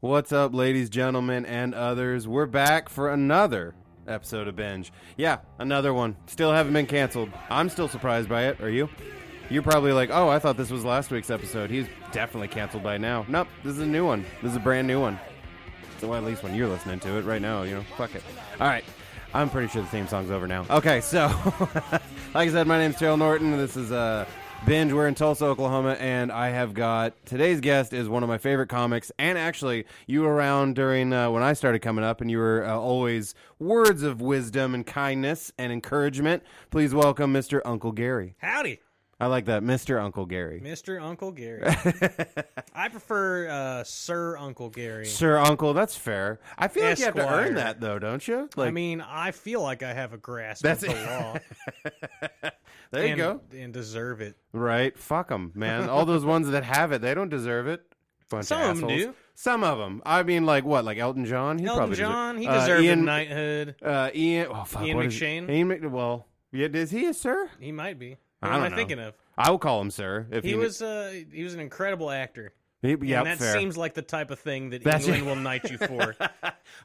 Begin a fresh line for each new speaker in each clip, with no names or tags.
What's up, ladies, gentlemen, and others? We're back for another episode of Binge. Yeah, another one. Still haven't been canceled. I'm still surprised by it. Are you? You're probably like, oh, I thought this was last week's episode. He's definitely canceled by now. Nope, this is a new one. This is a brand new one. So well, at least when you're listening to it right now, you know, fuck it. All right. I'm pretty sure the theme song's over now. Okay, so like I said, my name's Terrell Norton. This is uh, Binge. We're in Tulsa, Oklahoma, and I have got today's guest is one of my favorite comics. And actually, you were around during uh, when I started coming up, and you were uh, always words of wisdom and kindness and encouragement. Please welcome Mr. Uncle Gary.
Howdy,
I like that, Mr. Uncle Gary.
Mr. Uncle Gary. I prefer uh, Sir Uncle Gary.
Sir, Uncle, that's fair. I feel like you have to
Esquire.
earn that though, don't you? Like,
I mean, I feel like I have a grasp
That's
of the
it.
law.
there you
and,
go.
And deserve it.
Right? Fuck them, man. All those ones that have it, they don't deserve it. Bunch
Some
of
of 'em
assholes.
do.
Some of them. I mean, like what? Like Elton John? He
Elton
probably deserve-
John, he
Uh,
deserved a
Ian,
knighthood.
Uh, Ian. Oh fuck.
Ian
what is-
McShane?
Ian Mc. Well, yeah. Is he a sir?
He might be.
I
Who am
don't
I
know.
thinking of?
I will call him sir. If he,
He was uh, he was an incredible actor.
He, yeah,
and that
fair.
seems like the type of thing that
That's-
England will knight you for.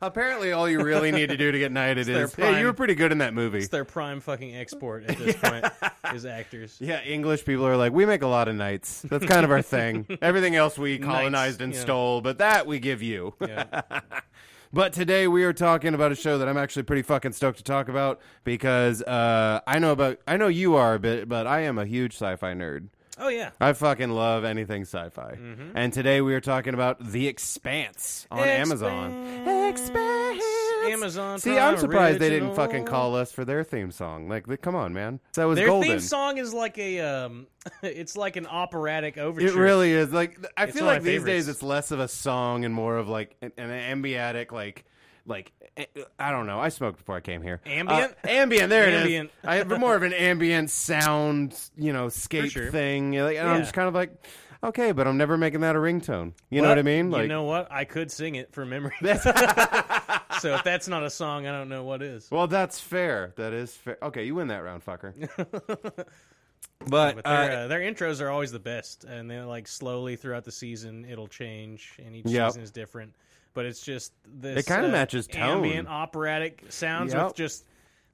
Apparently, all you really need to do to get knighted
their
is hey, you were
prime-
pretty good in that movie.
it's their prime fucking export at this point is actors.
Yeah, English people are like, we make a lot of knights. That's kind of our thing. Everything else we colonized and
yeah.
stole, but that we give you.
Yeah.
But today we are talking about a show that I'm actually pretty fucking stoked to talk about because uh, I know about I know you are a bit, but I am a huge sci-fi nerd.
Oh yeah.
I fucking love anything sci-fi.
Mm-hmm.
And today we are talking about The Expanse on Amazon.
Expanse.
Expanse.
Amazon
See,
Prime
I'm surprised they didn't
original.
fucking call us for their theme song. Like, they- come on, man. That was
Their
golden.
theme song is like a um, it's like an operatic overture.
It really is. Like th- I
It's
feel
one
like
of my
these days
favorites.
it's less of a song and more of like an, an ambiatic like like eh, I don't know. I smoked before I came here.
Ambient?
Uh, ambient. There
Ambient.
it is. I have more of an ambient sound, you know, scape
sure.
thing. Like, and I'm
Yeah.
just kind of like, okay, but I'm never making that a ringtone. You know
But
what I mean? Like,
you know what? I could sing it from memory. so if that's not a song, I don't know what is.
well, that's fair. That is fair. Okay, you win that round, fucker. but
But
uh,
their, uh, their intros are always the best, and they're like slowly throughout the season it'll change, and each
Yep.
season is different. But it's just this.
It kinda
uh,
matches tone.
Ambient operatic sounds
Yep.
with just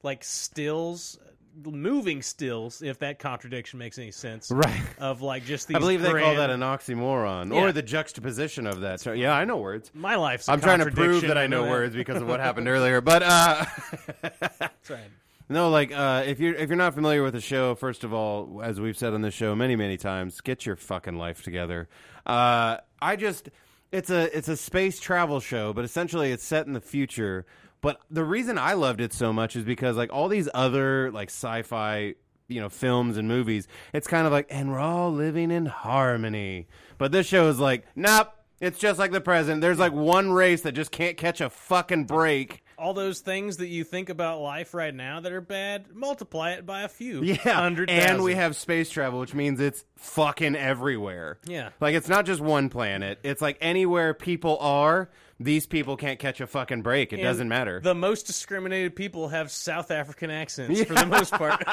like stills, moving stills. If that contradiction makes any sense,
Right.
Of like just these.
I believe they call
grand-
that an oxymoron
Yeah.
or the juxtaposition of that. So, yeah, I know words.
My life's. i
I'm trying to prove that I know words because of what happened earlier. But uh, no, like uh, if you're if you're not familiar with the show, first of all, as we've said on this show many many times, get your fucking life together. Uh, I just it's a it's a space travel show, but essentially it's set in the future. But the reason I loved it so much is because like all these other like sci-fi you know films and movies, it's kind of like and we're all living in harmony. But this show is like, nope, it's just like the present. There's like one race that just can't catch a fucking break.
all those things that you think about life right now that are bad, multiply it by a few.
Yeah,
hundred,
and we have space travel, which means it's fucking everywhere.
Yeah.
like it's not just one planet. It's like anywhere people are, these people can't catch a fucking break. It doesn't matter.
The most discriminated people have South African accents for the most part.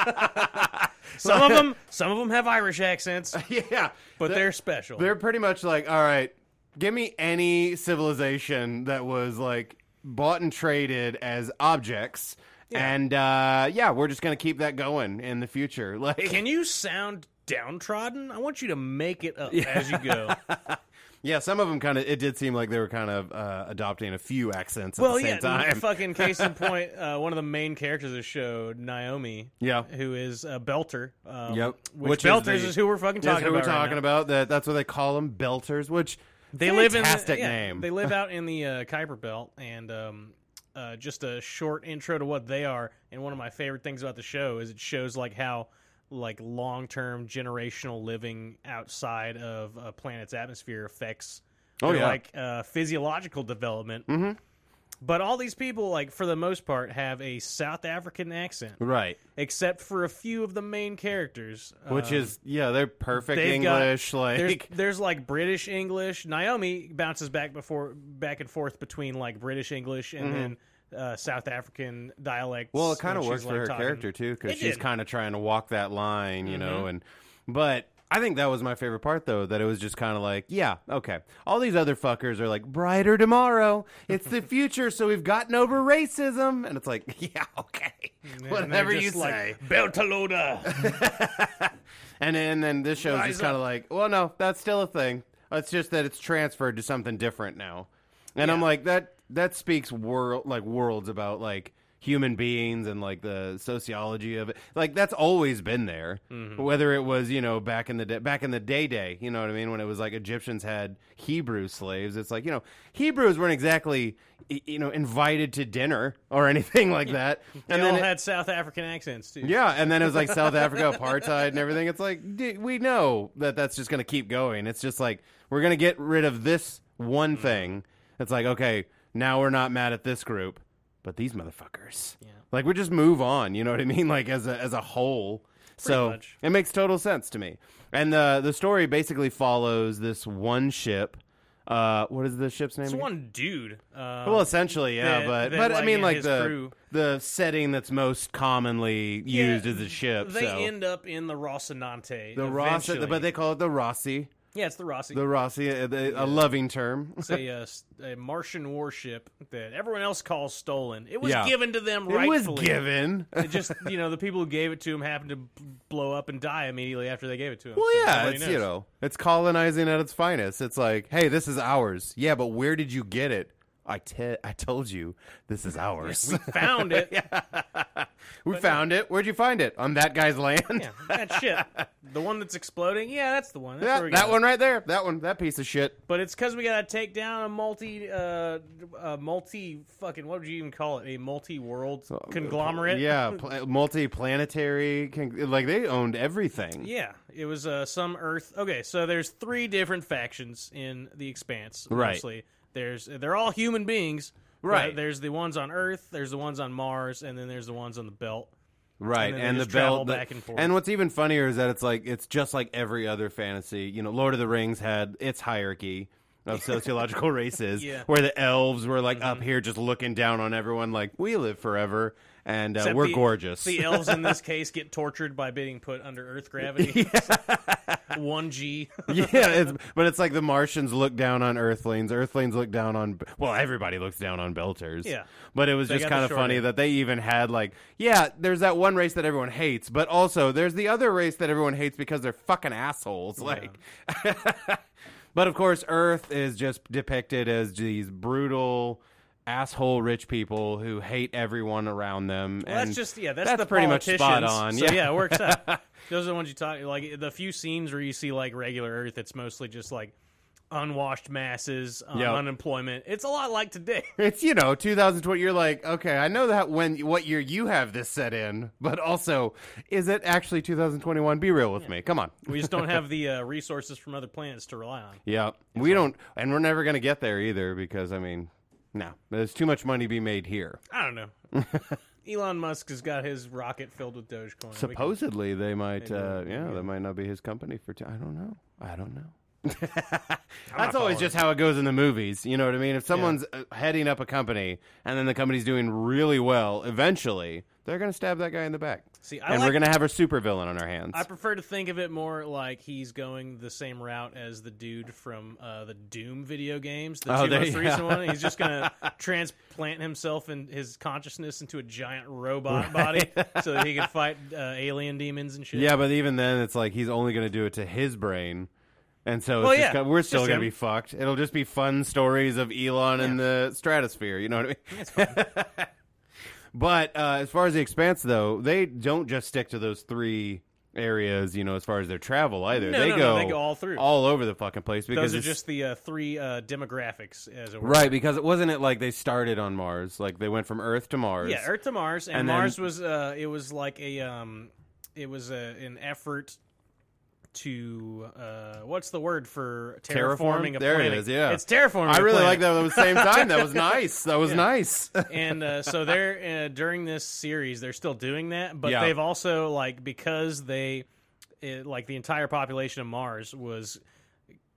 some of them, some of them have Irish accents,
yeah,
but
Th-
they're special.
they're pretty much like, all right, give me any civilization that was like bought and traded as objects. And uh, yeah, we're just gonna keep that going in the future. Like,
Can you sound downtrodden? I want you to make it up as you go.
yeah, some of them kind of. It did seem like they were kind of uh, adopting a few accents at
well,
the same
yeah.
time.
Fucking case in point, uh, one of the main characters of the show, Naomi,
Yeah.
who is a belter. Um,
Yep. Which
which,
is
belters is,
the-
who we're fucking
That's
talking
who we're
about. right
talking
now.
about. That that's what they call them, belters. Which
They live in
fantastic
the, yeah,
name.
They live out in the uh, Kuiper Belt, and um, uh, just a short intro to what they are. And one of my favorite things about the show is it shows like how like long term generational living outside of a planet's atmosphere affects
Oh,
their,
yeah.
like uh, physiological development. Mm-hmm. But all these people, like for the most part, have a South African accent,
right.
except for a few of the main characters,
Which
um,
is yeah, they're perfect
they've
English.
got,
like
there's, there's like British English. Naomi bounces back before back and forth between like British English and then uh, South African dialects.
Mm-hmm. well, it kind
when
of
she's,
works for
like,
her
talking.
character too, because
It
she's
did. Mm-hmm.
kind of trying to walk that line, you know. And but I think that was my favorite part, though, that it was just kind of like, yeah, okay. All these other fuckers are like, brighter tomorrow. It's the future, so we've gotten over racism. And it's like, yeah, okay.
And they're
Whatever you
just like,
say.
Beltaloda.
and, then, and then this show's
Rise
just kind
up.
of like, well, no, that's still a thing. It's just that it's transferred to something different now. And I'm like, that that speaks world like worlds about like human beings and like the sociology of it. Like that's always been there.
Mm-hmm.
Whether it was, you know, back in the day, back in the day day, you know what I mean, when it was like Egyptians had Hebrew slaves, it's like, you know, Hebrews weren't exactly y- you know invited to dinner or anything like that.
they all
it-
had South African accents too.
yeah, and then it was like South Africa apartheid and everything. It's like d- we know that that's just going to keep going. It's just like we're going to get rid of this
Mm-hmm.
one thing. It's like okay, now we're not mad at this group, but these motherfuckers.
Yeah.
Like we just move on. You know what I mean? Like as a as a whole. so
much.
it makes total sense to me. And the the story basically follows this one ship. Uh, what is the ship's name?
It's
again?
one dude. Um,
Well, essentially, yeah,
that-
but
that,
but I
like,
mean,
in
like
his
the
crew-
the setting that's most commonly used is a ship.
They
so
end up in the Rocinante.
the Rossi,
eventually.
but they call it the Rossi,
yeah, it's the Rossi.
the Rossi, uh, the, a loving term.
it's a, uh, s- a Martian warship that everyone else calls stolen. It was
Yeah.
given to them
It was
rightfully.
given.
It just you know the people who gave it to him happened to b- blow up and die immediately after they gave it to him.
Well,
so
yeah,
nobody
it's
knows.
you know, it's colonizing at its finest. It's like, hey, this is ours. Yeah, but where did you get it? I te- I told you, this is ours.
we uh, found it. yeah.
we found it. Where'd you find it? On that guy's land.
that shit, the one that's exploding. Yeah, that's the one. That's
That,
where we got
that
it.
one right there. That one. That piece of shit.
But it's because we gotta take down a multi, uh, a multi fucking what would you even call it? A multi-world
uh,
conglomerate.
Yeah, pl- multi-planetary. Con- like they owned everything.
yeah. It was uh, some Earth. Okay, so there's three different factions in the Expanse.
Right.
Mostly. There's they're all human beings. but
Right.
There's the ones on Earth. There's the ones on Mars, and then there's the ones on the Belt.
Right,
And then
and,
they
the
just travel
belt. the-
back and forth.
what's even funnier is that it's like it's just like every other fantasy. You know, Lord of the Rings had its hierarchy of sociological races,
Yeah. Mm-hmm.
where the elves were like up here just looking down on everyone, like we live forever and uh,
Except
we're
the-
gorgeous.
The elves in this case get tortured by being put under Earth gravity. One G.
yeah, it's, but it's like the Martians look down on Earthlings. Earthlings look down on well, everybody looks down on Belters.
Yeah.
but it was
They
just
got the
kind of
short
funny
end.
that they even had like, yeah, there's that one race that everyone hates, but also there's the other race that everyone hates because they're fucking assholes. Like, but of course, Earth is just depicted as these brutal. Asshole rich people who hate everyone around them.
Well,
and
that's just yeah. That's,
that's
the
pretty much spot
politicians.
on,
So,
yeah.
yeah, it works out. Those are the ones you talk like the few scenes where you see like regular Earth. It's mostly just like unwashed masses, um,
Yep.
unemployment. It's a lot like today.
It's you know 2020. You're like, okay, I know that when what year you have this set in, but also, is it actually 2021? Be real with me. Come on.
we just don't have the uh, resources from other planets to rely on.
Yeah, we don't, and we're never gonna get there either because I mean, no, there's too much money to be made here.
I don't know. Elon Musk has got his rocket filled with Dogecoin. We can-
Supposedly, they might. Uh,
don't-
yeah, that might not be his company for. T- I don't know. I don't know.
not
That's always
following.
just how it goes in the movies. You know what I mean? If someone's uh heading up a company and then the company's doing really well, eventually they're going to stab that guy in the back.
See, I
and
like-
we're going to have a supervillain on our hands.
I prefer to think of it more like he's going the same route as the dude from uh, the Doom video games, the
Oh,
two
there-
most recent
yeah.
one. He's just going to transplant himself and his consciousness into a giant robot body so that he can fight uh, alien demons and shit.
yeah, but even then, it's like he's only going to do it to his brain. And so it's
Well,
just
yeah,
gonna- we're
just
still going
him.
to be fucked. It'll just be fun stories of Elon in the stratosphere. You know what I mean?
That's fine.
But uh, as far as the expanse, though, they don't just stick to those three areas. You know, as far as their travel either,
No,
they
no,
go
no, they go all through.
all over the fucking place because
Those are
it's-
just the uh, three uh, demographics, as it were.
right. Because it wasn't it like they started on Mars, like they went from Earth to Mars.
Yeah, Earth to Mars, and,
And then-
Mars was uh, it was like a um, it was a, an effort to uh, what's the word for
Terraform?
terraforming a
There it
planet?
is, yeah.
it's terraforming.
I
a
really
planet.
like that at the same time. That was nice. That was nice.
and uh, so they're uh, during this series they're still doing that but
Yeah.
they've also like because they it, like the entire population of mars was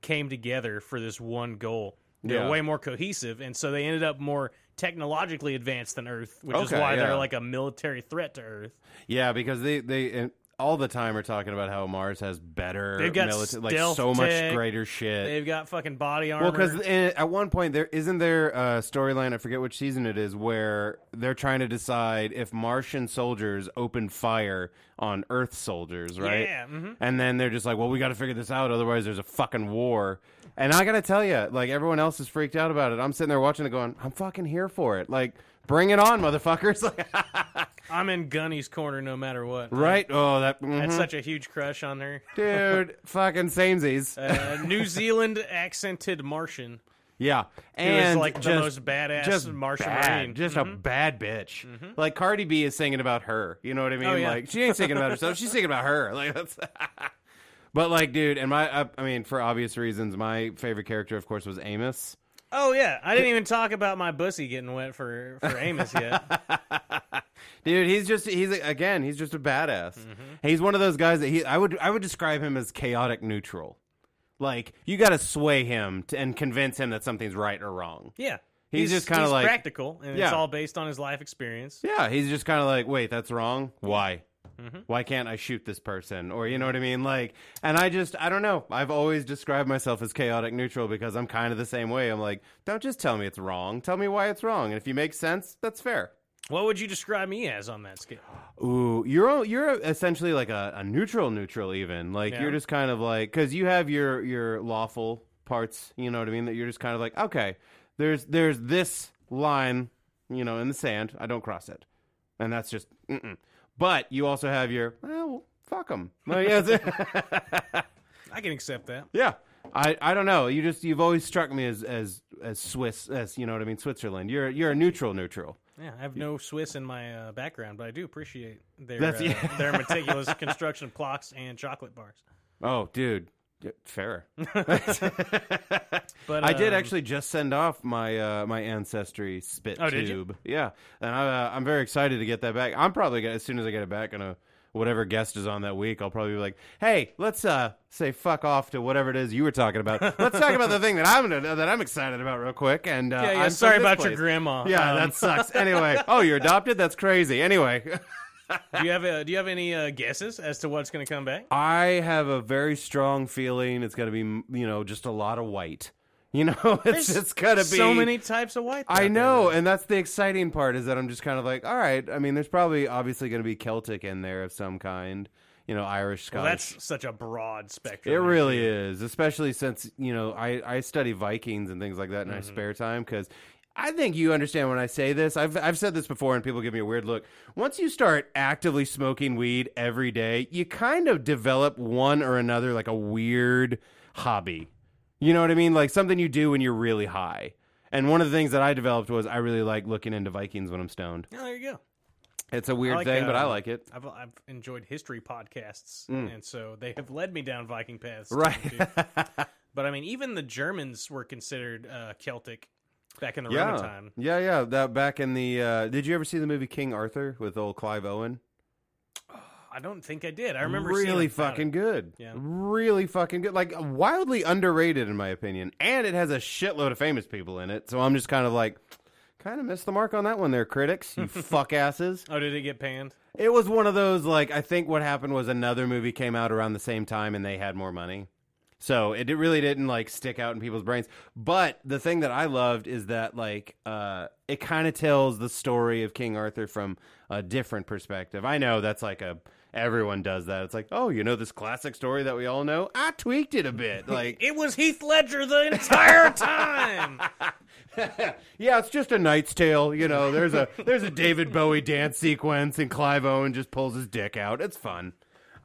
came together for this one goal they're
Yeah.
way more cohesive and so they ended up more technologically advanced than earth which is
Okay,
why
yeah.
they're like a military threat to earth
yeah, because they they and all the time are talking about how Mars has better
They've got
milita- like
stealth
so much
tech.
greater shit.
They've got fucking body armor.
Well, because at one point there isn't there a storyline. I forget which season it is where they're trying to decide if Martian soldiers open fire on Earth soldiers, right?
Yeah, mhm.
And then they're just like, "Well, we got to figure this out, otherwise there's a fucking war." And I gotta tell you, like everyone else is freaked out about it. I'm sitting there watching it, going, "I'm fucking here for it." Like, bring it on, motherfuckers! Like,
I'm in Gunny's corner no matter what.
right? Oh, that
I had
mhm.
such a huge crush on her.
dude, fucking samesies.
Uh, New Zealand accented Martian.
Yeah,
Who
and
is, like, the
just-
most badass
just
Martian
bad,
Marine. Mm-hmm.
just a bad bitch. Like Cardi B is singing about her. You know what I mean?
Oh, yeah.
Like she ain't singing about herself. She's singing about her. Like that's. but like, dude, and my, I, I mean, for obvious reasons, my favorite character, of course, was Amos.
Oh yeah, I didn't even talk about my pussy getting wet for for Amos yet.
Dude, he's just he's again, he's just a badass.
Mm-hmm.
He's one of those guys that he I would I would describe him as chaotic neutral. Like you got to sway him to, and convince him that something's right or wrong.
Yeah,
He's just kinda like-
practical, and
Yeah.
it's all based on his life experience.
Yeah, he's just kind of like, wait, that's wrong. Why? Why can't I shoot this person? Or you know what I mean? Like, and I just, I don't know. I've always described myself as chaotic neutral because I'm kind of the same way. I'm like, don't just tell me it's wrong. Tell me why it's wrong. And if you make sense, that's fair.
What would you describe me as on that scale?
Ooh, you're all- you're essentially like a, a neutral neutral even. Like
Yeah.
you're just kind of like because you have your your lawful parts. You know what I mean? That you're just kind of like okay, there's there's this line, you know, in the sand. I don't cross it, and that's just. Mm-mm. But you also have your well, fuck them.
I can accept that.
Yeah. I, I don't know. You just you've always struck me as as as Swiss as you know what I mean Switzerland. You're you're a neutral neutral.
Yeah, I have no Swiss in my uh, background, but I do appreciate their
That's-
uh,
yeah.
their meticulous construction of clocks and chocolate bars.
Oh, dude, Yeah, fairer.
But
I did
um,
actually just send off my uh, my ancestry spit
Oh, did you?
tube. Yeah, and I, uh, I'm very excited to get that back. I'm probably gonna, as soon as I get it back, gonna whatever guest is on that week, I'll probably be like, "Hey, let's uh, say fuck off to whatever it is you were talking about. Let's talk about the thing that I'm gonna, that I'm excited about real quick." And uh,
Yeah, yeah,
I'm from
sorry
this
about your
place.
grandma.
Yeah,
Um,
that sucks. Anyway, oh, you're adopted. That's crazy. Anyway.
Do you have uh, do you have any uh, guesses as to what's going to come back?
I have a very strong feeling it's going to be, m- you know, just a lot of white. You know, it's
There's
just going to be
so many types of white. out
I
there.
know, and that's the exciting part is that I'm just kind of like, all right. I mean, there's probably obviously going to be Celtic in there of some kind. You know, Irish, Scottish.
Well, that's such a broad spectrum.
It really is, especially since you know I I study Vikings and things like that in my spare time because. I think you understand when I say this. I've I've said this before, and people give me a weird look. Once you start actively smoking weed every day, you kind of develop one or another like a weird hobby. You know what I mean? Like something you do when you're really high. And one of the things that I developed was I really like looking into Vikings when I'm stoned.
Oh, there you go.
It's a weird
like,
thing, but I
um,
like it.
I've I've enjoyed history podcasts, and so they have led me down Viking paths.
Mm. Right.
But I mean, even the Germans were considered uh, Celtic back in the
yeah.
Roman time.
Yeah, yeah. That back in the uh did you ever see the movie King Arthur with old Clive Owen?
I don't think I did. I remember seeing
really
it about
fucking
it.
good.
Yeah.
Really fucking good. Like wildly underrated in my opinion. And it has a shitload of famous people in it. So I'm just kind of like kind of missed the mark on that one there, critics. You fuck asses.
Oh, did it get panned?
It was one of those like I think what happened was another movie came out around the same time and they had more money. So it di- really didn't like stick out in people's brains. But the thing that I loved is that like uh it kind of tells the story of King Arthur from a different perspective. I know that's like a everyone does that. It's like, "Oh, you know this classic story that we all know? I tweaked it a bit." Like
It was Heath Ledger the entire time.
Yeah, it's just a Knight's Tale. You know, there's a there's a David Bowie dance sequence, and Clive Owen just pulls his dick out. It's fun.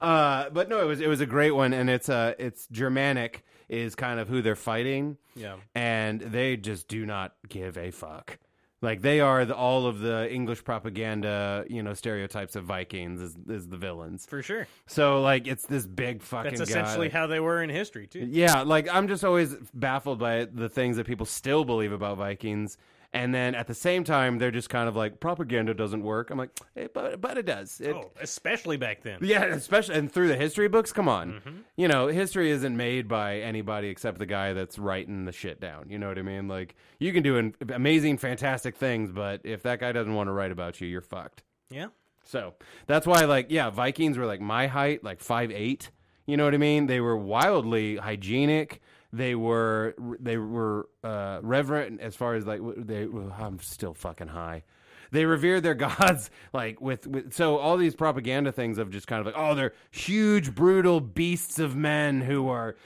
Uh, but no, it was it was a great one, and it's uh it's Germanic is kind of who they're fighting.
Yeah.
and they just do not give a fuck. Like they are the, all of the English propaganda, you know, stereotypes of Vikings is, is the villains.
For sure.
So like it's this big fucking.
That's
guy,
essentially
like-
how they were in history, too.
yeah, like I'm just always baffled by the things that people still believe about Vikings. And then at the same time, they're just kind of like propaganda doesn't work. I'm like, "Eh, but but it does. It,
Oh, especially back then.
Yeah, especially and through the history books. Come on, you know history isn't made by anybody except the guy that's writing the shit down. You know what I mean? Like you can do an, amazing, fantastic things, but if that guy doesn't want to write about you, you're fucked.
Yeah.
So that's why, like, yeah, Vikings were like my height, like five eight. You know what I mean? They were wildly hygienic. They were they were uh, reverent as far as like w- they. I'm still fucking high. They revered their gods like with, with so all these propaganda things of just kind of like oh they're huge brutal beasts of men who are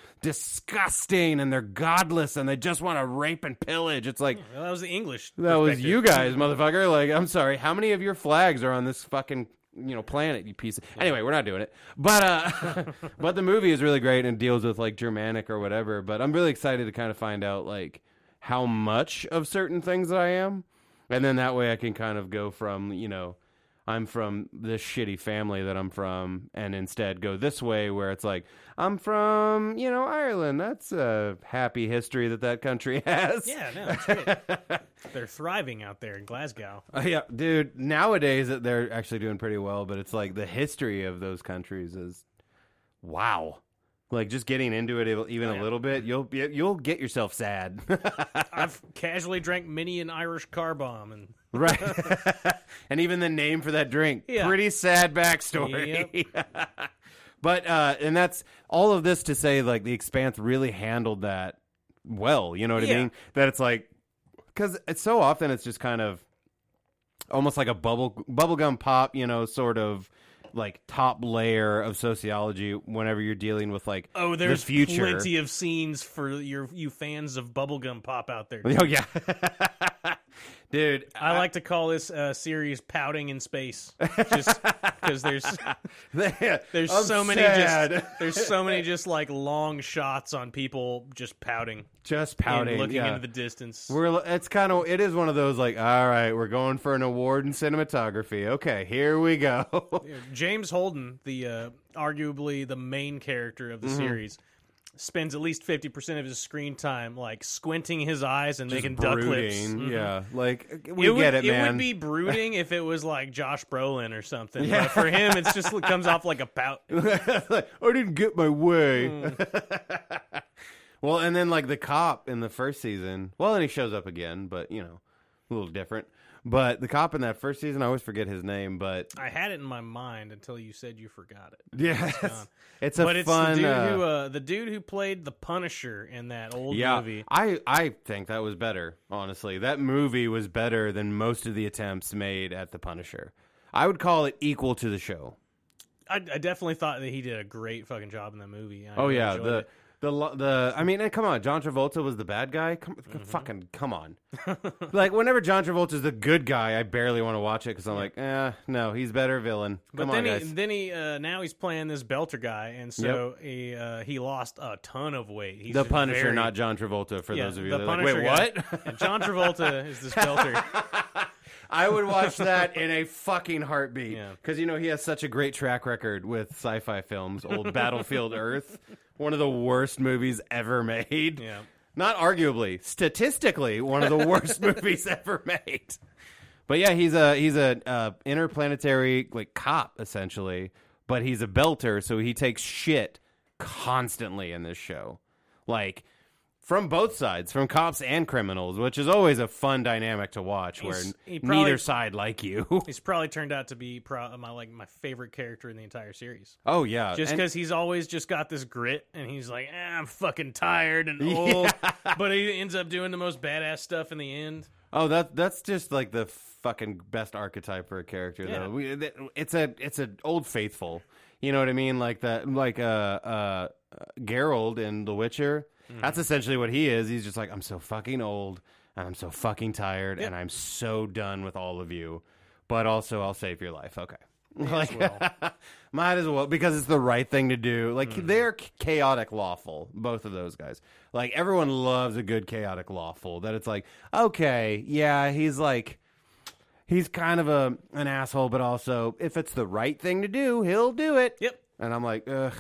disgusting and they're godless and they just want to rape and pillage. It's like
Well, that was the English.
that was
perspective.
you guys, motherfucker. Like, I'm sorry. How many of your flags are on this fucking you know planet? You piece. Of... Anyway, we're not doing it. But uh, but the movie is really great and deals with like Germanic or whatever. But I'm really excited to kind of find out like how much of certain things I am, and then that way I can kind of go from you know. I'm from this shitty family that I'm from, and instead go this way where it's like, I'm from, you know, Ireland. That's a happy history that that country has.
Yeah, no, it's great. They're thriving out there in Glasgow.
Uh, yeah, dude. Nowadays, that they're actually doing pretty well, but it's like the history of those countries is wow. Like just getting into it ev- even a little bit, you'll be- you'll get yourself sad,
I've casually drank many an Irish car bomb, and
right? and even the name for that drink,
Yeah.
pretty sad backstory. but uh, and that's all of this to say, like the Expanse really handled that well. You know what I
Yeah.
mean? That it's like because it's so often it's just kind of almost like a bubble bubblegum pop, you know, sort of like top layer of sociology whenever you're dealing with like
oh, there's
the future.
plenty of scenes for your you fans of bubblegum pop out there.
oh yeah. Dude,
I like to call this uh, series "Pouting in Space," just because there's there's
I'm
so many
sad.
just there's so many just like long shots on people just pouting,
just
and
pouting,
looking
yeah.
into the distance.
We're it's kind of it is one of those like all right we're going for an award in cinematography okay here we go
James Holden, the uh, arguably the main character of the
Mm-hmm.
series, spends at least fifty percent of his screen time like squinting his eyes and making duck lips.
Brooding,
Mhm.
yeah like we
would,
get it man
would be brooding if it was like Josh Brolin or something. But for him, it's just it comes off like a pout.
Like, I didn't get my way.
Mm.
well, and then like the cop in the first season. Well, then he shows up again, but you know, a little different. But the cop in that first season, I always forget his name, but
I had it in my mind until you said you forgot it.
yeah, it's a
but it's
fun.
the dude
uh,
who uh, the dude who played the Punisher in that old
yeah,
movie.
I I think that was better. Honestly, that movie was better than most of the attempts made at the Punisher. I would call it equal to the show.
I, I definitely thought that he did a great fucking job in that movie. I
Oh yeah,
enjoyed
the
it.
the lo- the. I mean, eh, come on, John Travolta was the bad guy. Come,
Mm-hmm.
c- fucking come on. like whenever John Travolta's the good guy, I barely want to watch it because I'm like, eh, no, he's better villain.
But
Come
then
on,
he
guys.
then he uh, now he's playing this Belter guy, and so he uh, he lost a ton of weight. He's
the Punisher,
very-
not John Travolta. For
yeah,
those of you
the
that are like,
Punisher
wait,
guy.
what?
And John Travolta is this Belter.
I would watch that in a fucking heartbeat
Yeah.
because you know he has such a great track record with sci-fi films. Old Battlefield Earth, one of the worst movies ever made.
Yeah.
Not arguably, statistically, one of the worst movies ever made. But yeah, he's a he's a uh, interplanetary like cop essentially, but he's a belter, so he takes shit constantly in this show, like from both sides, from cops and criminals, which is always a fun dynamic to watch, where
He's- he
n-
probably-
neither side like you.
He's probably turned out to be pro- my like my favorite character in the entire series.
oh yeah,
Just
And-
because he's always just got this grit, and he's like, "Eh, I'm fucking tired and old, but he ends up doing the most badass stuff in the end.
Oh, that that's just like the fucking best archetype for a character,
Yeah.
though. We, th- it's a it's an old faithful. You know what I mean? Like that, like uh, uh, Gerald in The Witcher. That's essentially what he is. He's just like, I'm so fucking old, and I'm so fucking tired, and I'm so done with all of you. But also, I'll save your life. Okay, like, might as well because it's the right thing to do. Like they're chaotic lawful, both of those guys. Like everyone loves a good chaotic lawful. That it's like, okay, yeah, he's like he's kind of a an asshole, but also if it's the right thing to do, he'll do it.
Yep.
And I'm like, ugh,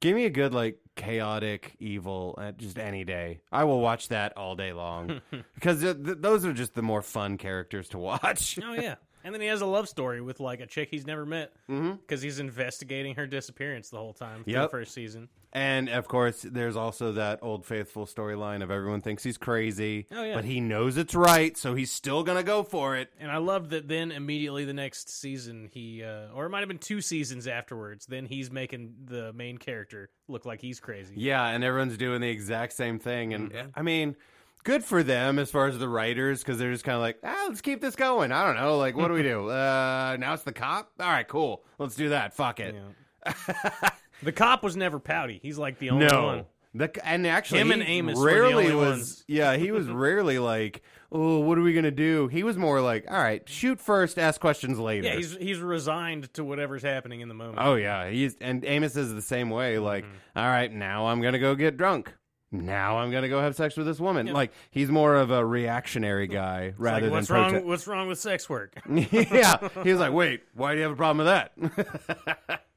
give me a good like chaotic evil at just any day. I will watch that all day long because th- th- those are just the more fun characters to watch.
Oh yeah, And then he has a love story with like a chick he's never met
hmm
because he's investigating her disappearance the whole time through the
Yep.
first season.
And of course, there's also that old faithful storyline of everyone thinks he's crazy,
Oh, yeah.
but he knows it's right, so he's still gonna go for it.
And I love that then immediately the next season he uh, or it might have been two seasons afterwards, then he's making the main character look like he's crazy.
Yeah, and everyone's doing the exact same thing. And I mean, good for them as far as the writers because they're just kind of like, ah, let's keep this going. I don't know, like, what do we do? Uh, now it's the cop. All right, cool. Let's do that. Fuck it.
The cop was never pouty. He's like the only one.
No. The, c- and actually,
Him
he
and Amos were the
rarely
only
was.
ones.
Yeah, he was rarely like, "Oh, what are we gonna do?" He was more like, "All right, shoot first, ask questions later."
Yeah, he's he's resigned to whatever's happening in the moment.
Oh yeah, he's and Amos is the same way.
Mm-hmm.
Like, "All right, now I'm gonna go get drunk. Now I'm gonna go have sex with this woman. Like, he's more of a reactionary guy
It's
rather
like, what's
than
wrong?
prote-
What's wrong with sex work?
yeah, he was like, "Wait, why do you have a problem with that?"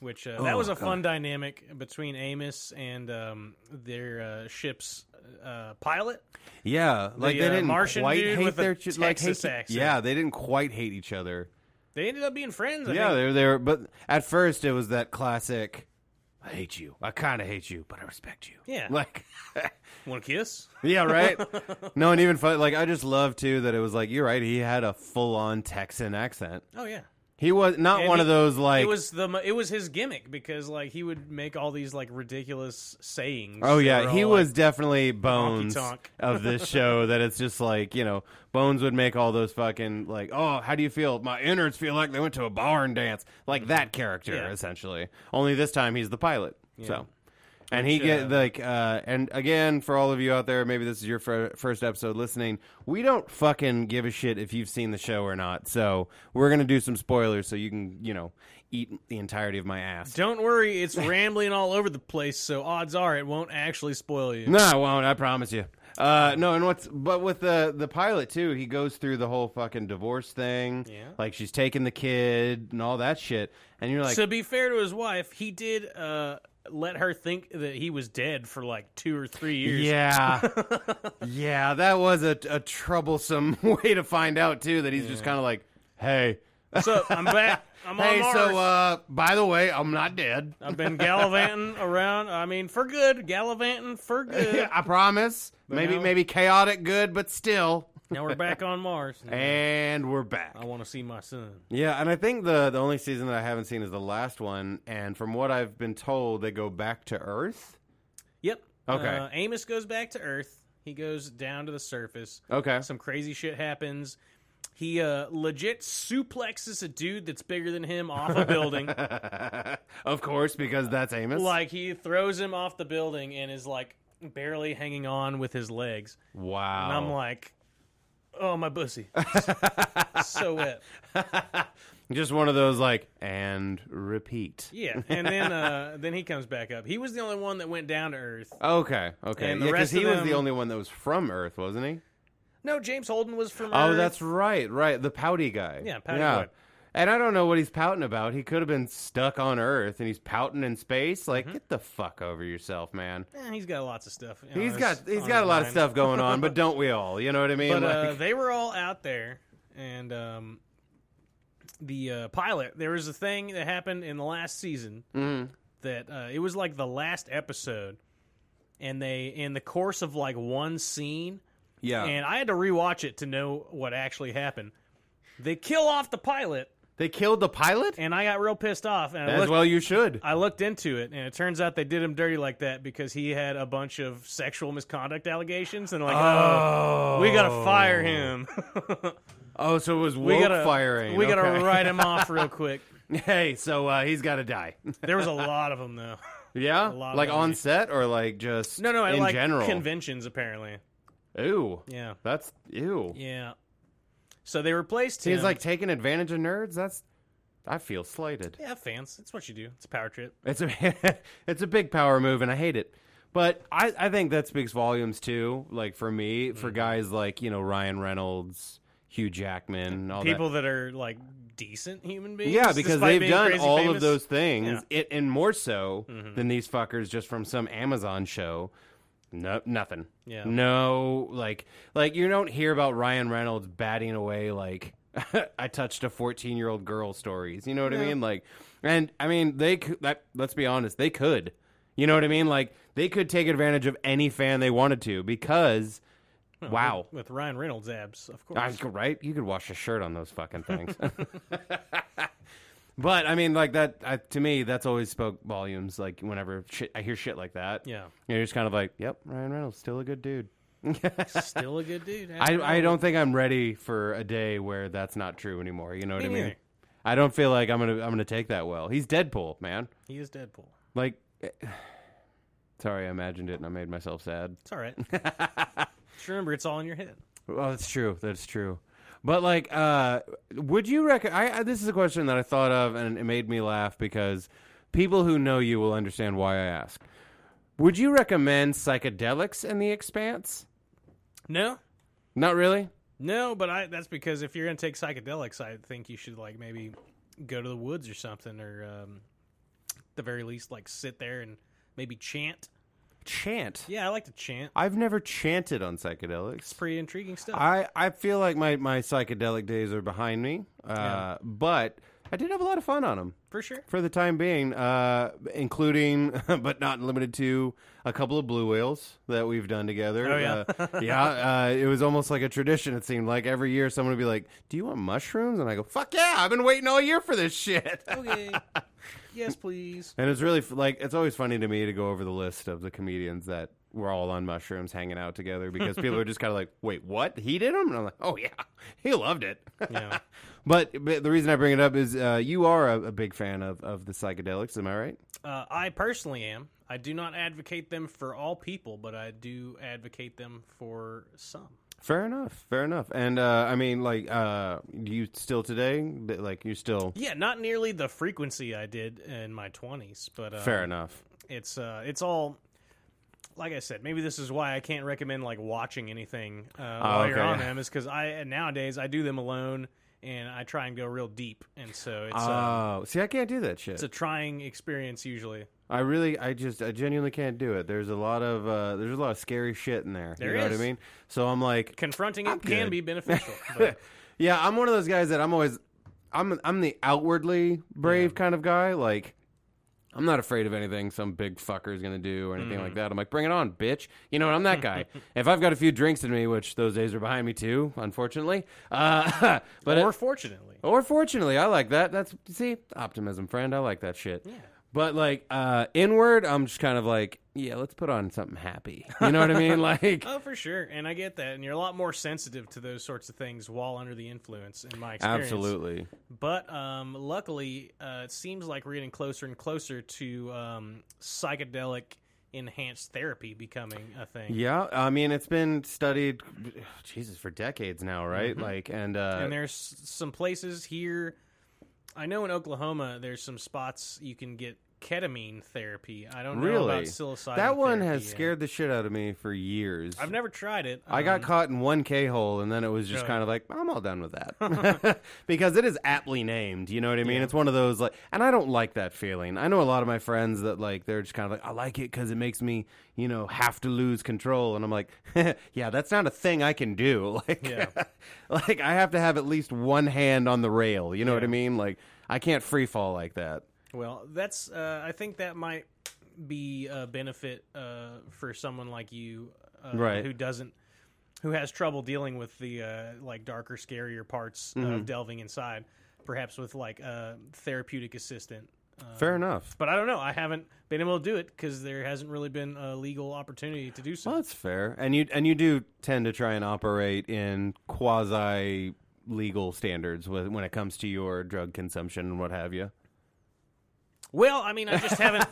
Which uh, that
Oh,
was a
God.
fun dynamic between Amos and um, their uh, ship's uh, pilot.
yeah, like
The,
they
uh,
didn't
Martian
quite
dude
hate
with the
their ch- like
Texas
hate-
accent.
yeah, they didn't quite hate each other.
They ended up being friends. I
yeah,
think.
they were there, but at first it was that classic. I hate you. I kind of hate you, but I respect you.
Yeah.
like
One kiss.
yeah, right. no, and even fun, like I just love too that it was like you're right. He had a full on Texan accent.
Oh yeah.
He was not
And
one
he-
of those like.
it was the mo- it was his gimmick because like he would make all these like ridiculous sayings.
oh
that
yeah,
were
he
all, like-
was definitely bones
tonk.
of this show. That it's just like you know, bones would make all those fucking like, oh, how do you feel? My innards feel like they went to a barn dance, like that character
Mm-hmm. Yeah.
essentially. Only this time he's the pilot. So. And he
Which, uh,
get like, uh, and again for all of you out there, maybe this is your fir- first episode listening. We don't fucking give a shit if you've seen the show or not, so we're gonna do some spoilers so you can, you know, eat the entirety of my ass.
Don't worry, it's rambling all over the place, so odds are it won't actually spoil you.
No, I won't. I promise you. Uh, no, and what's but with the the pilot too, he goes through the whole fucking divorce thing.
Yeah.
like she's taking the kid and all that shit, and you're like,
to be fair to his wife, he did uh, let her think that he was dead for like two or three years.
yeah, yeah, that was a, a troublesome way to find out too that he's just kind of like, hey,
So I'm back. I'm
hey,
on Mars.
so uh, by the way, I'm not dead.
I've been gallivanting around. I mean, for good, gallivanting for good.
I promise. Maybe
now-
maybe chaotic good, but still.
now we're back on Mars.
And we're back.
I want to see my son.
Yeah, and I think the the only season that I haven't seen is the last one, and from what I've been told, they go back to Earth.
Yep.
Okay.
Uh, Amos goes back to Earth. He goes down to the surface.
Okay.
Some crazy shit happens. He uh, legit suplexes a dude that's bigger than him off a building.
of course, because that's Amos.
like he throws him off the building and is like barely hanging on with his legs.
wow.
And I'm like, oh my pussy, so wet.
just one of those like and repeat.
Yeah. And then uh, then he comes back up. He was the only one that went down to Earth.
Okay, okay.
And the
yeah,
rest
he
of
was the
them-
only one that was from Earth, wasn't he?
No, James Holden was from.
Oh,
Earth.
that's right, right. The pouty guy.
Yeah, pouty boy.
And I don't know what he's pouting about. He could have been stuck on Earth, and he's pouting in space. Like,
Mm-hmm.
get the fuck over yourself, man.
Eh, he's got lots of stuff. you know,
He's
on
got
his-
he's
on
got
his
a lot of
mind.
stuff going on, but don't we all? You know what I mean?
But uh,
Like-
they were all out there, and um, the uh, pilot. There was a thing that happened in the last season
Mm-hmm.
that uh, it was like the last episode, and they in the course of like one scene,
yeah,
and I had to rewatch it to know what actually happened. They kill off the pilot,
they killed the pilot.
and I got real pissed off. And I
As
looked,
well, you should.
I looked into it, and it turns out they did him dirty like that because he had a bunch of sexual misconduct allegations, and like, oh, we gotta fire him.
Oh, so it was
we
woke
gotta
firing.
We gotta
Okay.
write him off real quick.
Hey, so uh, he's got to die.
There was a lot of them though.
yeah,
lot
like
of
on
money.
set or like just
No, no, at
in
like
general.
conventions apparently.
ew,
Yeah,
that's ew.
yeah. So they replaced him.
He's like taking advantage of nerds. That's I feel slighted.
yeah, fans. That's what you do. It's a power trip.
It's a it's a big power move, and I hate it. But I, I think that speaks volumes too. Like for me,
Mm-hmm.
for guys like you know Ryan Reynolds, Hugh Jackman, and all Oh, that.
People that. are like decent human beings.
Yeah, because
despite
they've
being
done
crazy
all of
famous. Mm-hmm.
those things, it, and more so than these fuckers just from some Amazon show. No, nothing.
Yeah.
No, like, like you don't hear about Ryan Reynolds batting away like I touched a fourteen-year-old girl stories. You know what I
No.
mean? Like, and I mean they. cou- That, let's be honest, they could. You know what I mean? Like they could take advantage of any fan they wanted to because, wow,
With, with Ryan Reynolds abs, of course.
I could, right? You could wash a shirt on those fucking things. but I mean, like that I, to me, that's always spoke volumes. Like whenever shit, I hear shit like that,
Yeah.
you're just kind of like, "Yep, Ryan Reynolds still a good dude."
Still a good dude.
I I don't think I'm ready for a day where that's not true anymore. You know what
Me
I mean?
neither.
I don't feel like I'm gonna I'm gonna take that well. He's Deadpool, man.
He is Deadpool.
Like, eh, sorry, I imagined it and I made myself sad.
It's all right. Just remember, it's all in your head.
Well, that's true. That's true. But like, uh, would you reckon? I, I this is a question that I thought of, and it made me laugh because people who know you will understand why I ask. Would you recommend psychedelics in the Expanse?
No,
Not really.
no, but I. That's because if you're gonna take psychedelics, I think you should like maybe go to the woods or something, or um, at the very least, like sit there and maybe chant.
Chant.
Yeah, I like to chant.
I've never chanted on psychedelics.
It's pretty intriguing stuff.
I, I feel like my, my psychedelic days are behind me, uh,
Yeah.
but I did have a lot of fun on them.
for sure.
for the time being, uh, including but not limited to a couple of blue whales that we've done together.
Oh, yeah.
uh, yeah. Uh, it was almost like a tradition. It seemed like every year someone would be like, "Do you want mushrooms?" And I go, "Fuck yeah! I've been waiting all year for this shit."
Okay. yes, please.
and it's really f- like it's always funny to me to go over the list of the comedians that were all on mushrooms hanging out together because people are just kind of like, "Wait, what? He did them?" And I'm like, "Oh yeah, he loved it."
Yeah.
But, but the reason I bring it up is uh, you are a, a big fan of, of the psychedelics, am I right?
Uh, I personally am. I do not advocate them for all people, but I do advocate them for some.
Fair enough. Fair enough. And uh, I mean, like, uh, you still today, Th- like, you still.
Yeah, not nearly the frequency I did in my twenties, but uh,
Fair enough.
It's uh, it's all. Like I said, maybe this is why I can't recommend like watching anything uh, while you're
Oh, okay.
on them, is because I nowadays I do them alone and I try and go real deep, and so it's uh,
Oh, see, I can't do that
it's
shit.
a trying experience usually.
I really, I just, I genuinely can't do it. There's a lot of, uh, there's a lot of scary shit in there.
There
you know
is.
what I mean? So I'm like,
Confronting it
I'm
can
good.
be beneficial. But
yeah, I'm one of those guys that I'm always, I'm, I'm the outwardly brave kind of guy. Like, I'm not afraid of anything some big fucker is gonna do or anything like that. I'm like, bring it on, bitch. You know, I'm that guy. if I've got a few drinks in me, which those days are behind me too, unfortunately. Uh, but
or fortunately,
Or fortunately, I like that. That's see optimism, friend. I like that shit. Yeah. But like uh, inward, I'm just kind of like, yeah, let's put on something happy. You know what I mean? Like,
Oh, for sure, and I get that, and you're a lot more sensitive to those sorts of things while under the influence, in my experience.
absolutely.
But um, luckily, uh, it seems like we're getting closer and closer to um, psychedelic enhanced therapy becoming a thing.
Yeah, I mean, it's been studied, Jesus, for decades now, right? Like, and uh,
Mm-hmm. And there's some places here. I know in Oklahoma, there's some spots you can get ketamine therapy. I don't know about
really,
psilocybin.
that one
therapy
has
yet.
scared the shit out of me for years.
I've never tried it.
I got
Um,
caught in one K hole, and then it was just
Really?
kind of like, I'm all done with that because it is aptly named. You know what I mean? It's one of those like, and I don't like that feeling. I know a lot of my friends that like they're just kind of like, I like it because it makes me, you know, have to lose control, and I'm like, yeah, that's not a thing I can do. Like,
Yeah.
like I have to have at least one hand on the rail. You know what I
Yeah.
mean? Like, I can't free fall like that.
Well, that's. Uh, I think that might be a benefit uh, for someone like you, uh,
Right.
Who doesn't, who has trouble dealing with the uh, like darker, scarier parts
Mm-hmm.
of delving inside. Perhaps with like a therapeutic assistant. Um,
Fair enough.
But I don't know. I haven't been able to do it because there hasn't really been a legal opportunity to do so.
Well, Oh, that's fair, and you and you do tend to try and operate in quasi legal standards with, when it comes to your drug consumption and what have you.
Well, I mean, I just haven't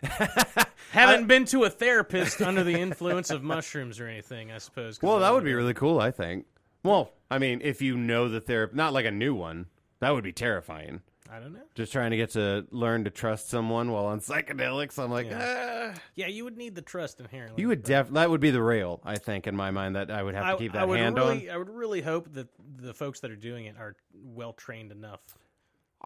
haven't been to a therapist under the influence of mushrooms or anything. I suppose. 'cause
Well,
I
that
don't
would be
know.
really cool, I think. Well, I mean, if you know the therapist, not like a new one, that would be terrifying.
I don't know.
Just trying to get to learn to trust someone while on psychedelics, I'm like, "Ah."
Yeah, you would need the trust inherently.
you would def that would be the rail, I think, in my mind that I would have to keep that
would
hand on.
really, I would really hope that the folks that are doing it are well trained enough.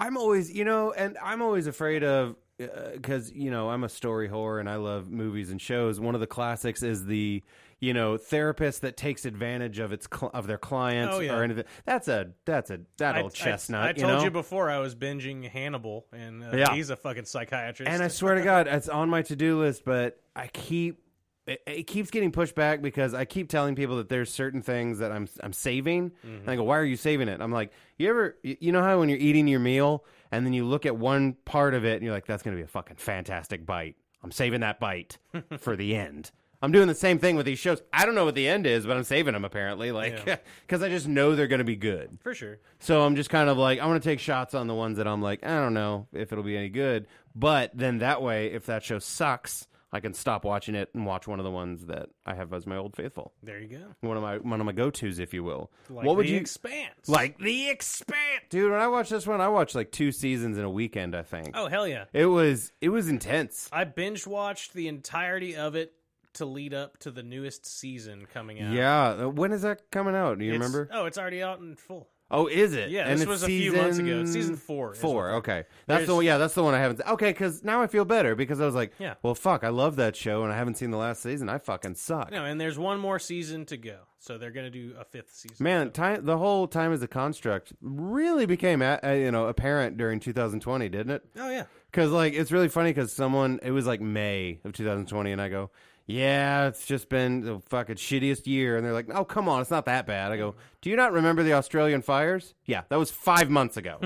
I'm always, you know, and I'm always afraid of because you know I'm a story whore and I love movies and shows. One of the classics is the you know therapist that takes advantage of its cl- of their clients
Oh, yeah.
or anything. That's a that's a that
I-
old
I-
chestnut.
I,
you
told
know?
you before I was binging Hannibal, and uh,
Yeah.
he's a fucking psychiatrist.
And I swear to God, it's on my to do list, but I keep it, it keeps getting pushed back because I keep telling people that there's certain things that I'm I'm saving, and I go, "Why are you saving it?" I'm like, "You ever, you you know how when you're eating your meal and then you look at one part of it and you're like, that's gonna be a fucking fantastic bite. I'm saving that bite for the end." I'm doing the same thing with these shows. I don't know what the end is, but I'm saving them apparently, like
Yeah.
because I just know they're going to be good.
for sure.
So I'm just kind of like, I want to take shots on the ones that I'm like, I don't know if it'll be any good. But then that way, if that show sucks, I can stop watching it and watch one of the ones that I have as my old faithful,
There you go.
one of my one of my go tos, if you will.
Like
what would
the
you
Expanse?
like? The Expanse, dude. When I watched this one, I watched like two seasons in a weekend. I think
Oh hell yeah!
it was it was intense.
I binge watched the entirety of it to lead up to the newest season coming out.
Yeah, Uh, when is that coming out? Do you
It's-
remember?
Oh, it's already out in full.
Oh, is it?
Yeah,
And
this
it's
was a few months ago. It's
season
season four. is
Four.
what-
Okay, that's the
There's-
one. Yeah, that's the one I haven't. Okay, because now I feel better because I was like,
Yeah.
well, fuck, I love that show and I haven't seen the last season. I fucking suck.
No, and there's one more season to go, so they're gonna do a fifth season.
Man, time the whole time as a construct really became a, uh, you know apparent during 2020, didn't it?
Oh yeah.
Because like it's really funny because someone it was like May of 2020, and I go, yeah, it's just been the fucking shittiest year, and they're like, oh come on, it's not that bad. I go, do you not remember the Australian fires? Yeah, that was five months ago.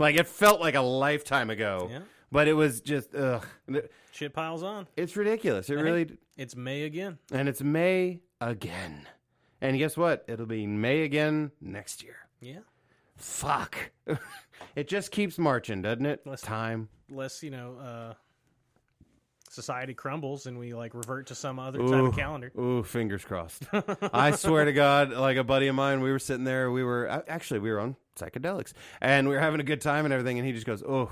like it felt like a lifetime ago,
Yeah.
but it was just ugh,
Shit piles on.
it's ridiculous. It really
It's May again.
and it's May again, and guess what? It'll be May again next year.
Yeah.
Fuck. it just keeps marching, doesn't it?
Listen.
Time.
Unless you know, uh, society crumbles and we like revert to some other type of calendar.
Ooh, fingers crossed. I swear to God, like a buddy of mine, we were sitting there. We were a- actually we were on psychedelics, and we were having a good time and everything. And he just goes, "Oh,"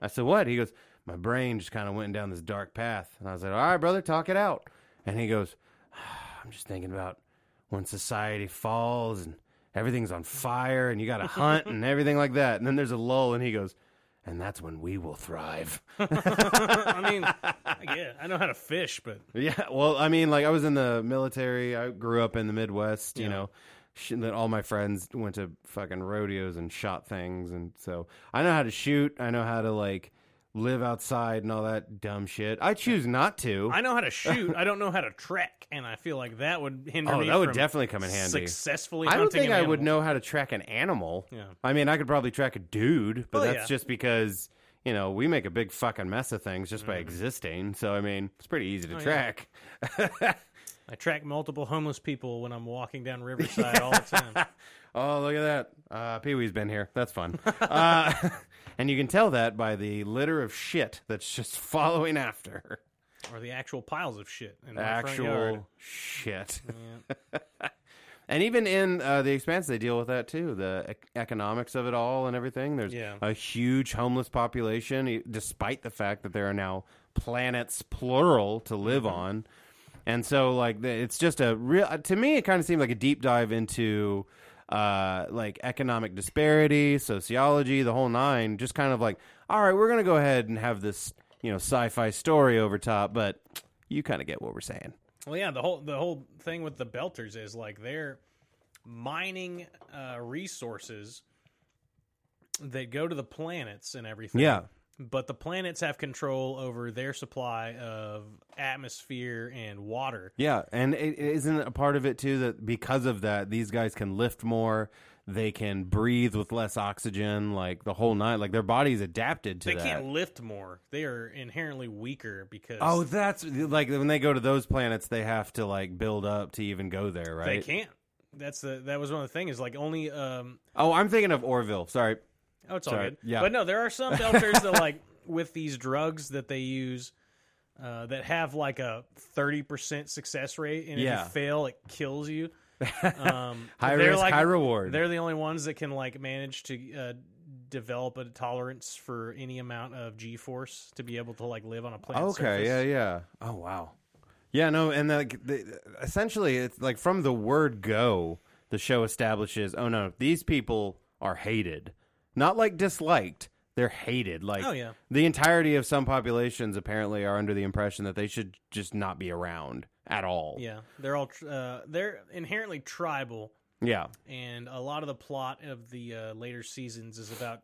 I said, "What?" He goes, "My brain just kind of went down this dark path." And I said, "All right, brother, talk it out." And he goes, "Ah, "I'm just thinking about when society falls and everything's on fire, and you got to hunt and everything like that." And then there's a lull, and he goes, "And that's when we will thrive."
I mean, I get. I know how to fish, but
Yeah, well, I mean, like I was in the military. I grew up in the Midwest. You know, sh- that all my friends went to fucking rodeos and shot things, and so I know how to shoot. I know how to like live outside and all that dumb shit. I choose not to.
I know how to shoot. I don't know how to track, and I feel like that would hinder
Oh,
me.
that would
from
definitely come in handy.
Successfully,
I don't
hunting
think
an
I would
animal.
know how to track an animal.
Yeah.
I mean, I could probably track a dude, but
Well,
that's
yeah.
just because you know we make a big fucking mess of things just by existing. So I mean, it's pretty easy to
Mm. Oh, yeah.
track.
I track multiple homeless people when I'm walking down Riverside all the time.
Oh, look at that. Uh, Pee Wee's been here. That's fun. uh, and you can tell that by the litter of shit that's just following after her.
Or the actual piles of shit in my front yard.
Actual shit. and even in uh, The Expanse, they deal with that too the ec- economics of it all and everything. There's
Yeah.
a huge homeless population, e- despite the fact that there are now planets, plural, to live on. And so, like, the- it's just a real. uh, To me, it kind of seemed like a deep dive into, uh, like economic disparity, sociology, the whole nine. Just kind of like, all right, we're gonna go ahead and have this, you know, sci-fi story over top, but you kind of get what we're saying.
Well, yeah, the whole the whole thing with the Belters is like they're mining uh, resources that go to the planets and everything.
Yeah.
but the planets have control over their supply of atmosphere and water.
Yeah, and it, it isn't a part of it too that because of that, these guys can lift more. They can breathe with less oxygen, like the whole night. Like their body's adapted to
They
that.
can't lift more. They are inherently weaker because
Oh, that's like when they go to those planets, they have to like build up to even go there,
they
right?
can't. That's the that was one of the things. Like only um
Oh, I'm thinking of Orville. Sorry.
Oh, it's all
Sorry.
good.
Yeah.
But no, there are some Belters that like with these drugs that they use uh, that have like a thirty percent success rate, and if
Yeah.
you fail, it kills you. Um,
High
they're
risk,
like-
high reward.
They're the only ones that can like manage to uh, develop a tolerance for any amount of G force to be able to like live on a planet.
Okay, yeah, yeah. Oh, wow. Yeah, no, and like the, essentially, it's like from the word go, the show establishes. Oh no, these people are hated, not like disliked. They're hated. Like
oh yeah,
the entirety of some populations apparently are under the impression that they should just not be around at all.
yeah. They're all tr- uh, they're inherently tribal,
Yeah.
and a lot of the plot of the uh, later seasons is about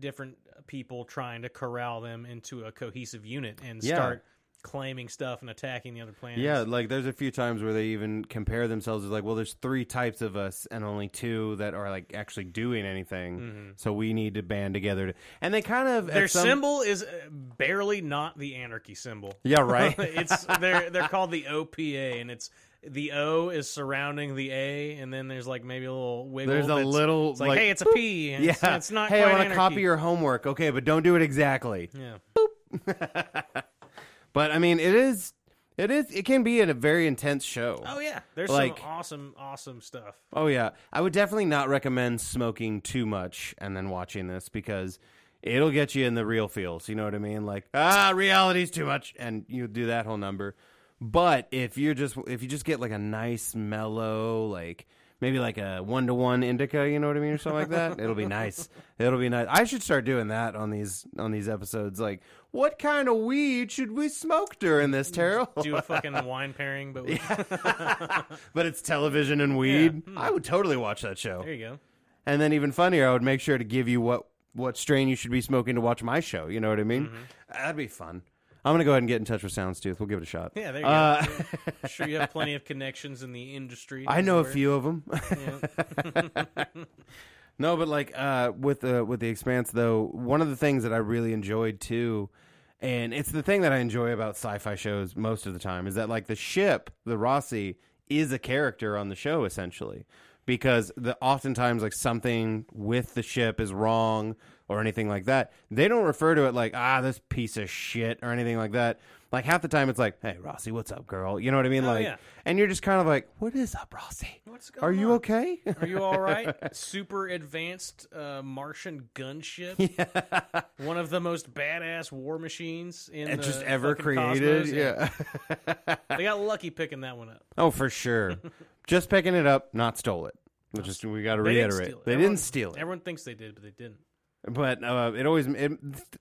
different people trying to corral them into a cohesive unit and
Yeah.
start claiming stuff and attacking the other planets.
Yeah, like there's a few times where they even compare themselves as like, well, there's three types of us and only two that are like actually doing anything.
Mm-hmm.
So we need to band together. To, and they kind of at
Their
some-
symbol is uh, barely not the anarchy symbol.
Yeah, right.
it's they're they're called the OPA, and it's the O is surrounding the A, and then there's like maybe a little wiggle.
There's a
that's-
little,
It's like,
like,
hey, it's a P. And
yeah,
it's, it's not.
Hey,
quite
I want to
anarchy.
copy your homework. Okay, but don't do it exactly.
Yeah,
But I mean, it is, it is, it can be a very intense show.
Oh yeah, there's
Like-
some awesome, awesome stuff.
Oh yeah, I would definitely not recommend smoking too much and then watching this because it'll get you in the real feels. You know what I mean? Like ah, reality's too much, and you do that whole number. But if you're just if you just get like a nice mellow like. Maybe like a one to one indica, you know what I mean, or something like that. It'll be nice. It'll be nice. I should start doing that on these on these episodes. Like, what kind of weed should we smoke during this, Terrell?
Do a fucking wine pairing, but with,
but it's television and weed. I would totally watch that show.
there you go.
And then even funnier, I would make sure to give you what what strain you should be smoking to watch my show. You know what I mean? That'd be fun. I'm gonna go ahead and get in touch with Soundstooth. We'll give it a shot.
Yeah, there you
Uh,
go. I'm sure you have plenty of connections in the industry.
I know a
as it
few of them.
were. Yeah.
no, but like uh, with the with the Expanse, though, one of the things that I really enjoyed too, and it's the thing that I enjoy about sci-fi shows most of the time is that like the ship, the Rossi, is a character on the show essentially, because the oftentimes like something with the ship is wrong or anything like that. They don't refer to it like ah this piece of shit or anything like that. Like half the time, it's like, "Hey, Rossi, what's up, girl?" You know what I mean? like,
Oh, yeah.
and you're just kind of like, "What is up, Rossi?
What's
Are
going
you
on?
okay?"
Are you all right? Super advanced uh, Martian gunship. Yeah. One of the most badass war machines in
it
the
just ever
fucking
created.
cosmos.
yeah.
They got lucky picking that one up.
oh, for sure. just picking it up, not stole it. Which is we got to
They didn't
reiterate.
steal it.
They
Everyone-
didn't steal it,
Everyone thinks they did, but they didn't.
but uh, it always it,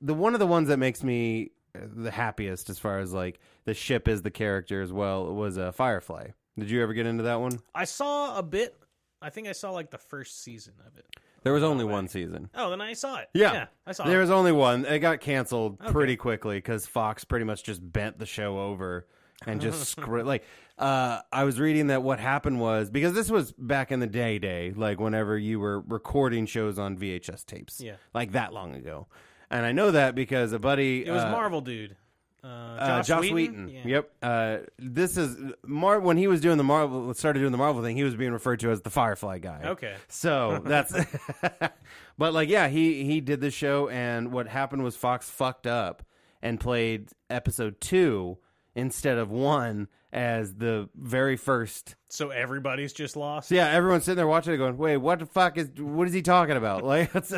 the one of the ones that makes me uh, the happiest as far as like the ship is the character as well was uh, Firefly. Did you ever get into that one?
I saw a bit. I think I saw like the first season of it.
There was only one season.
Oh, then I saw it.
Yeah.
I saw
There
it.
was only one. It got canceled pretty quickly because Fox pretty much just bent the show over and just scri- like uh, I was reading that what happened was because this was back in the day day like whenever you were recording shows on VHS tapes
Yeah.
like that long ago and I know that because a buddy
It was
uh,
Marvel dude. Uh,
uh,
Josh, Wheaton. Yeah.
Yep. Uh, this is Mar when he was doing the Marvel started doing the Marvel thing. He was being referred to as the Firefly guy.
Okay.
So that's. but like, yeah, he he did the show, and what happened was Fox fucked up and played episode two instead of one as the very first
So everybody's just lost.
so yeah everyone's sitting there watching it going wait what the fuck is what is he talking about like that's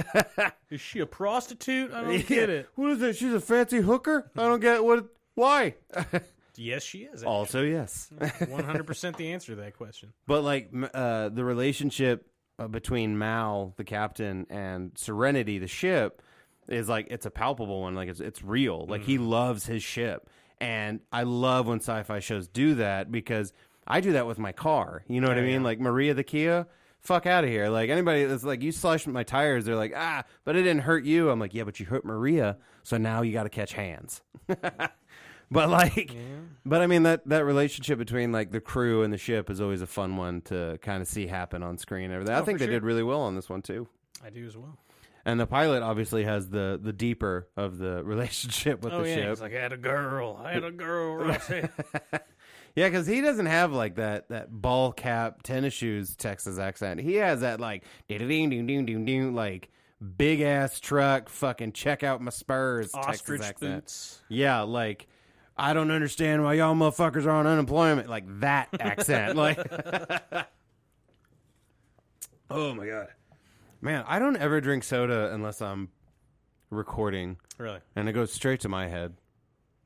Is she a prostitute? I don't get it.
what is it she's a fancy hooker i don't get what why
Yes, she is.
also yes
One hundred percent the answer to that question.
But like m- uh, the relationship uh, between Mal, the captain, and Serenity, the ship, is like it's a palpable one. Like it's it's real. Like he loves his ship, and I love when sci-fi shows do that because I do that with my car. You know what I mean? Like Maria the Kia. Fuck out of here! Like anybody that's like you slashed my tires, they're like ah, but it didn't hurt you. I'm like yeah, but you hurt Maria, so now you got to catch hands. But like, but I mean that that relationship between like the crew and the ship is always a fun one to kind of see happen on screen. and
Oh,
Everything. I think they did really well on this one too.
I do as well.
And the pilot obviously has the the deeper of the relationship with
Oh
the
yeah,
ship.
he's like, I had a girl, I had a girl. Roxy."
yeah, because he doesn't have like that that ball cap tennis shoes Texas accent. He has that like ding ding ding ding ding like big ass truck fucking check out my spurs
Ostrich
Texas accent.
boots.
Yeah, like I don't understand why y'all motherfuckers are on unemployment. Like that accent. like Oh my god. Man, I don't ever drink soda unless I'm recording
Really?
and it goes straight to my head.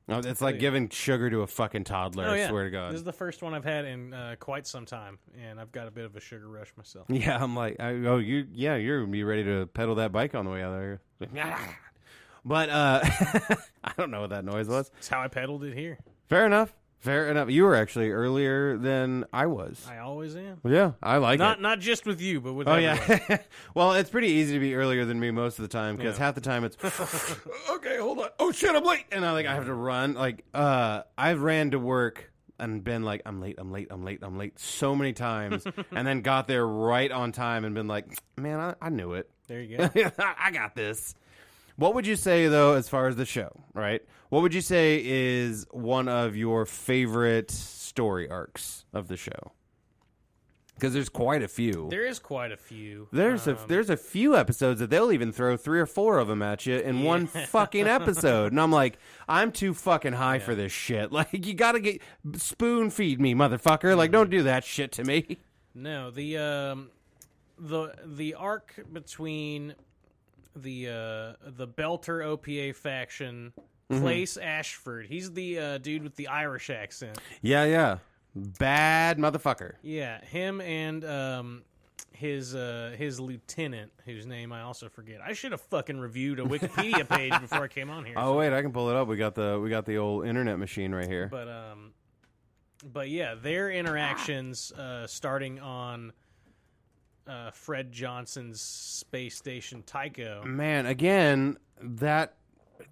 Oh, It's like
you.
giving sugar to a fucking toddler.
Oh,
I
yeah.
swear to God.
This is the first one I've had in uh, quite some time, and I've got a bit of a sugar rush myself.
Yeah, I'm like, I, oh, you, yeah, you're gonna be ready to pedal that bike on the way out there. But uh, I don't know what that noise was.
That's how I pedaled it here.
Fair enough. Fair enough. You were actually earlier than I was.
I always am.
yeah, I like
Not
it.
not just with you, but with
Oh
everyone.
yeah. well, it's pretty easy to be earlier than me most of the time because
Yeah.
half the time it's okay. Hold on. Oh shit, I'm late, and I like I have to run. Like uh, I've ran to work and been like I'm late, I'm late, I'm late, I'm late so many times, and then got there right on time and been like, man, I, I knew it.
There you go.
I got this. What would you say though, as far as the show, right? What would you say is one of your favorite story arcs of the show? Because there's quite a few.
There is quite a few.
There's a
Um,
there's a few episodes that they'll even throw three or four of them at you in one fucking episode, and I'm like, I'm too fucking high for this shit. Like, you gotta get spoon feed me, motherfucker. Like, don't do that shit to me.
no the um the the arc between the uh the Belter OPA faction. Place Ashford. He's the uh, dude with the Irish accent.
Yeah, yeah, bad motherfucker.
Yeah, him and um his uh his lieutenant, whose name I also forget. I should have fucking reviewed a Wikipedia page before I came on here.
Oh wait, I can pull it up. We got the we got the old internet machine right here.
But um, but yeah, their interactions uh, starting on uh, Fred Johnson's space station Tycho.
Man, again, that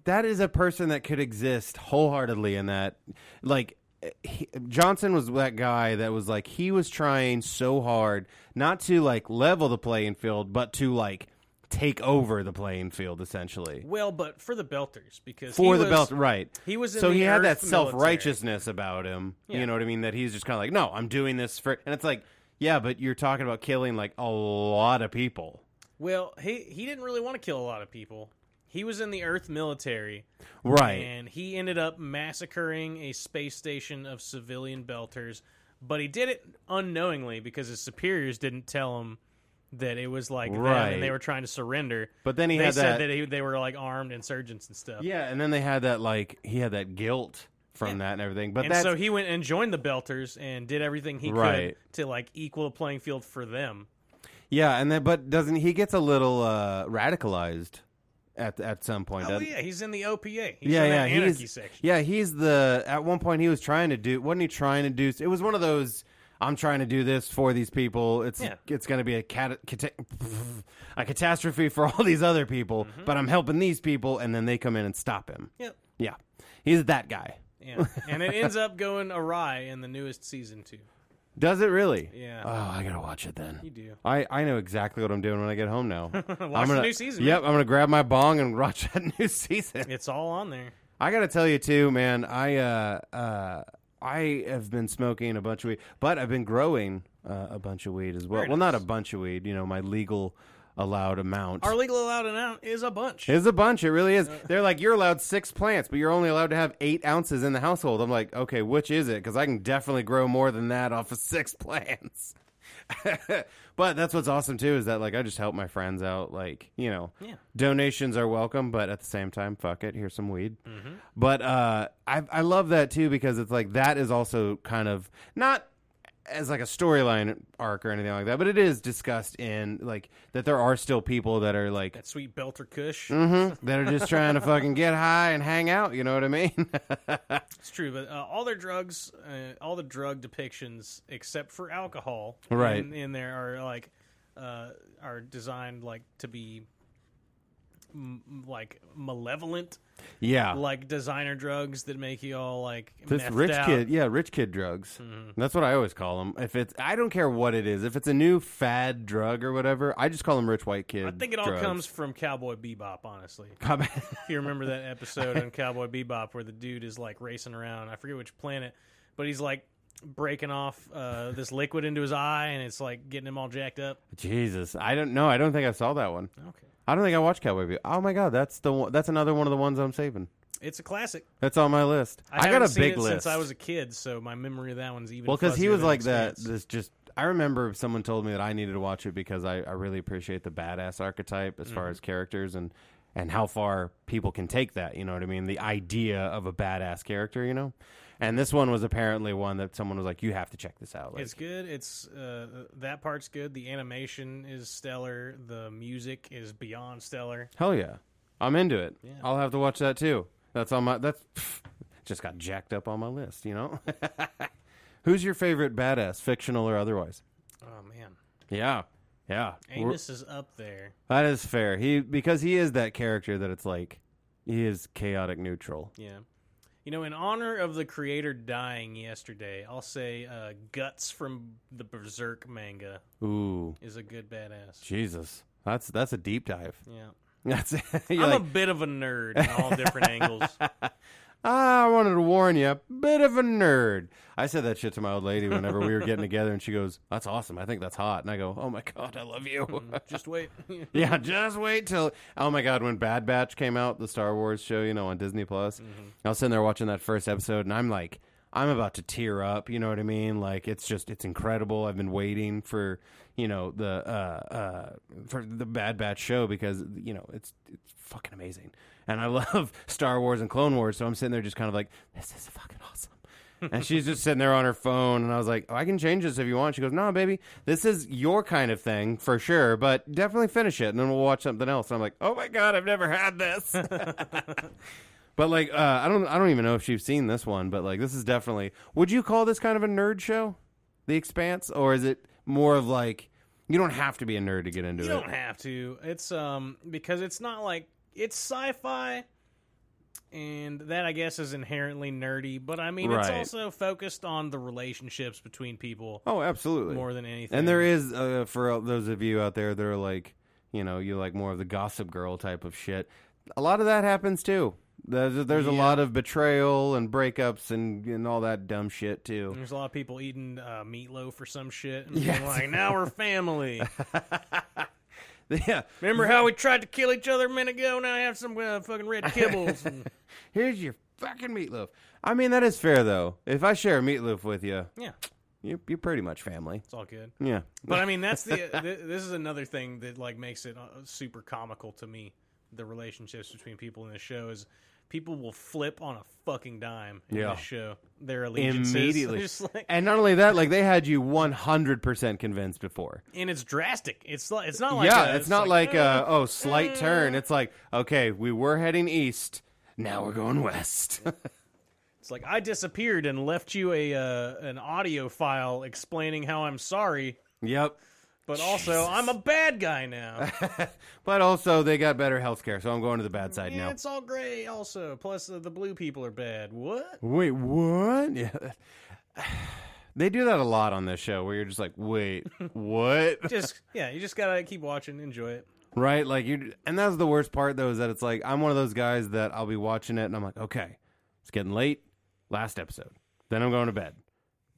that is a person that could exist wholeheartedly in that. Like eh, he, Johnson was that guy that was like he was trying so hard not to like level the playing field, but to like take over the playing field essentially.
Well, but for the Belters because
For
he
the
was-
belt, right?
he was in
so
the
he had that
Earth military.
self righteousness about him.
Yeah.
You know what I mean? That he's just kind of like, no, I'm doing this for, and it's like, yeah, but you're talking about killing like a lot of people.
Well, he he didn't really want to kill a lot of people. He was in the Earth military,
Right.
And he ended up massacring a space station of civilian Belters, but he did it unknowingly because his superiors didn't tell him that it was like them
Right.
and they were trying to surrender.
But then he
they
had
said
that-
that he, they were like armed insurgents and stuff.
Yeah, and then they had that like he had that guilt from that and everything. But
And
that's
so he went and joined the Belters and did everything he
Right.
could to like equal the playing field for them.
yeah, and then but doesn't he gets a little uh radicalized at at some point?
Oh
doesn't-
yeah, he's in the OPA. He's
yeah, yeah,
in that anarchy
he's
section.
yeah, he's the at one point he was trying to do wasn't he trying to do it was one of those I'm trying to do this for these people. It's
Yeah.
it's going to be a cat, cata- a catastrophe for all these other people,
Mm-hmm.
but I'm helping these people, and then they come in and stop him.
Yep.
Yeah, he's that guy.
Yeah. and it ends up going awry in the newest season too.
Does it really?
Yeah.
Oh, I gotta watch it then.
You do.
I, I know exactly what I'm doing when I get home now. watch
Watch the new season,
Yep, I'm gonna grab my bong and watch that new season.
It's all on there.
I gotta tell you too, man. I uh uh I have been smoking a bunch of weed, but I've been growing uh, a bunch of weed as well.
Very
Well, not a
nice.
bunch of weed. You know, my legal allowed amount.
Our legal allowed amount is a bunch.
It's a bunch. It really is. They're like, you're allowed six plants, but you're only allowed to have eight ounces in the household. I'm like, okay, which is it? Because I can definitely grow more than that off of six plants. but that's what's awesome too is that like I just help my friends out. Like you know,
Yeah.
donations are welcome, but at the same time, fuck it. Here's some weed.
Mm-hmm.
But uh, I I love that too because it's like that is also kind of not as like a storyline arc or anything like that, but it is discussed in like that there are still people that are like
That sweet Belter Kush.
Mm-hmm. that are just trying to fucking get high and hang out. You know what I mean?
It's true, but uh, all their drugs, uh, all the drug depictions, except for alcohol,
Right.
in, in there are like uh, are designed like to be m- like malevolent,
yeah.
like designer drugs that make you all like
Uh. this
methed
rich
out. Mm-hmm.
kid, yeah, rich kid drugs. That's what I always call them. If it's, I don't care what it is. If it's a new fad drug or whatever, I just call them rich white kid.
I think it all
drugs.
comes from Cowboy Bebop, honestly.
Come-
if you remember that episode on Cowboy Bebop where the dude is like racing around, I forget which planet, but he's like breaking off uh, this liquid into his eye and it's like getting him all jacked up.
Jesus, I don't know. I don't think I saw that one.
Okay.
I don't think I watched Cowboy Bebop. Oh my god, that's the one, that's another one of the ones I'm saving.
It's a classic.
That's on my list. I, got
haven't
a
seen
big
it
list
since I was a kid, so my memory of that one's even.
Well,
because
because he was like that. This just I remember
Mm-hmm.
someone told me that I needed to watch it because I, I really appreciate the badass archetype as far as characters and and how far people can take that. You know what I mean? The idea of a badass character, you know? And this one was apparently one that someone was like, you have to check this out. Like,
it's good. It's uh, that part's good. The animation is stellar. The music is beyond stellar.
hell yeah. I'm into it.
Yeah.
I'll have to watch that too. That's on my, that's pff, just got jacked up on my list, you know? Who's your favorite badass, fictional or otherwise?
Oh man,
Yeah. Yeah. We're-
Amos is up there.
That is fair. He because he is that character that it's like he is chaotic neutral.
Yeah. You know, in honor of the creator dying yesterday, I'll say uh, Guts from the Berserk manga
Ooh,
is a good badass.
Jesus. That's that's a deep dive.
Yeah.
That's
I'm
you're like,
a bit of a nerd in all different angles.
ah, I wanted to warn you, bit of a nerd. I said that shit to my old lady whenever we were getting together, and she goes, "That's awesome. I think that's hot." And I go, "Oh my god, I love you."
Just wait.
yeah, just wait till oh my god, when Bad Batch came out, the Star Wars show, you know, on Disney Plus, I was sitting there watching that first episode, and I'm like, I'm about to tear up. You know what I mean? Like it's just it's incredible. I've been waiting for you know the uh, uh, for the Bad Batch show because you know it's it's fucking amazing, and I love Star Wars and Clone Wars. So I'm sitting there just kind of like, this is fucking awesome and she's just sitting there on her phone and i was like oh, i can change this if you want she goes no baby this is your kind of thing for sure but definitely finish it and then we'll watch something else and i'm like oh my god i've never had this but like uh, i don't i don't even know if she's seen this one but like this is definitely would you call this kind of a nerd show the expanse or is it more of like you don't have to be a nerd to get into
you
it
don't have to. It's um because it's not like it's sci-fi and that I guess is inherently nerdy, but I mean it's
Right.
also focused on the relationships between people
oh absolutely
more than anything.
And there is uh, for those of you out there that are like, you know, you like more of the gossip girl type of shit. A lot of that happens too. There's, there's a
Yeah.
lot of betrayal and breakups and, and all that dumb shit too.
There's a lot of people eating uh, meatloaf or some shit, and
Yes.
being like, "Now we're family." Mm.
yeah.
Remember how we tried to kill each other a minute ago? Now I have some uh, fucking red kibbles. And,
Here's your fucking meatloaf. I mean, that is fair though. If I share a meatloaf with you,
yeah,
you you're pretty much family.
it's all good.
Yeah.
But I mean, that's the uh, th- this is another thing that like makes it uh, super comical to me. The relationships between people in this show is people will flip on a fucking dime in
Yeah.
this show. Their allegiances
Immediately.
Just like-
and not only that, like they had you 100% convinced before. and
and it's drastic. It's like it's not like
yeah,
a-
it's, not like,
uh,
uh, oh, slight turn. It's like, okay, we were heading east. Now we're going west.
It's like I disappeared and left you a uh, an audio file explaining how I'm sorry,
Yep.
but also I'm a bad guy now.
But also, they got better health care, so I'm going to the bad side
and
now.
it's all gray also. Plus uh, the blue people are bad. What?
Wait, what? Yeah. They do that a lot on this show where you're just like, wait, what?
Just yeah, you just gotta keep watching, enjoy it.
right? Like you and that's the worst part though, is that it's like I'm one of those guys that I'll be watching it and I'm like, okay, it's getting late. Last episode. Then I'm going to bed.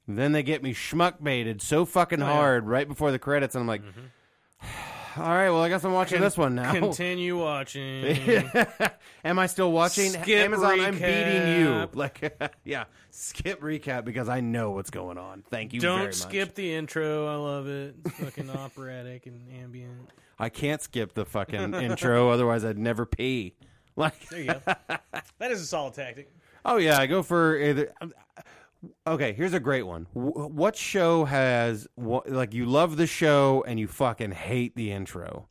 Then they get me schmuck baited so fucking
Oh, yeah. Mm-hmm.
hard right before the credits, and I'm like, all right, well, I guess I'm watching this one now.
Continue watching.
Am I still watching
Skip
Amazon? I'm beating you.
recap.
Like, yeah, skip recap because I know what's going on. Thank you. very
Don't
much.
skip the intro. I love it. It's fucking operatic and ambient.
I can't skip the fucking intro, otherwise I'd never pee. Like,
There you go. that is a solid tactic.
oh yeah, I go for either. um, Okay, here's a great one. Wh- What show has wh- like you love the show and you fucking hate the intro?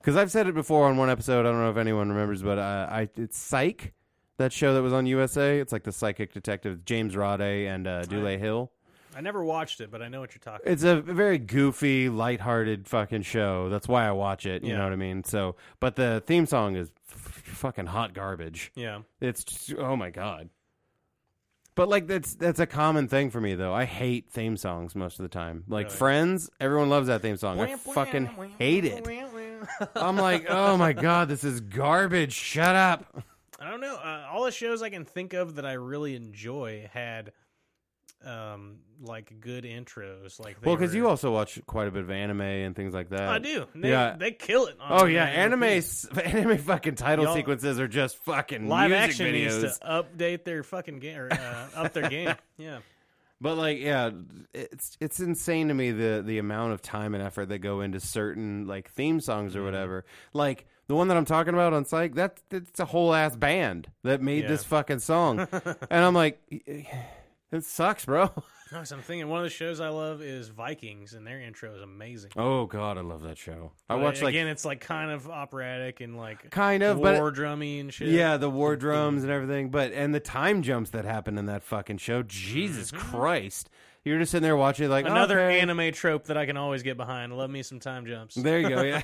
Because I've said it before on one episode. I don't know if anyone remembers, but uh, I it's Psych, that show that was on USA. It's like the psychic detective James Rodde and uh, Dule Hill.
I never watched it, but I know what you're talking.
It's a very goofy, lighthearted fucking show. That's why I watch it. You
Yeah.
know what I mean? So, but the theme song is f- fucking hot garbage.
Yeah.
It's just, oh my god. But like that's that's a common thing for me though. I hate theme songs most of the time. Like
Really?
Friends, everyone loves that theme song. I fucking hate it. I'm like, oh my god, this is garbage. Shut up.
I don't know. Uh, all the shows I can think of that I really enjoy had, um, like good intros. Like they
well, because
were-
you also watch quite a bit of anime and things like that.
I do. They,
Yeah.
they kill it. on
Oh yeah, anime
repeat.
s- anime fucking title
Y'all-
sequences are just fucking
live
music
action
videos.
needs to update their fucking game or uh, up their game. Yeah.
But like, yeah, it's it's insane to Mm-hmm. me the the amount of time and effort that go into certain like theme songs or whatever. Like The one that I'm talking about on Psych, that that's a whole ass band that made
Yeah.
this fucking song, and I'm like, it sucks, bro.
Nice. I'm thinking one of the shows I love is Vikings, and their intro is amazing.
Oh god, I love that show. I
But
watched like
again, it's like kind of operatic and like
kind of, but
war drummy and shit.
Yeah, the war drums and everything, but and the time jumps that happened in that fucking show. Jesus Christ, you're just sitting there watching it like
Another
okay.
anime trope that I can always get behind. Love me some time jumps.
There you go. Yeah,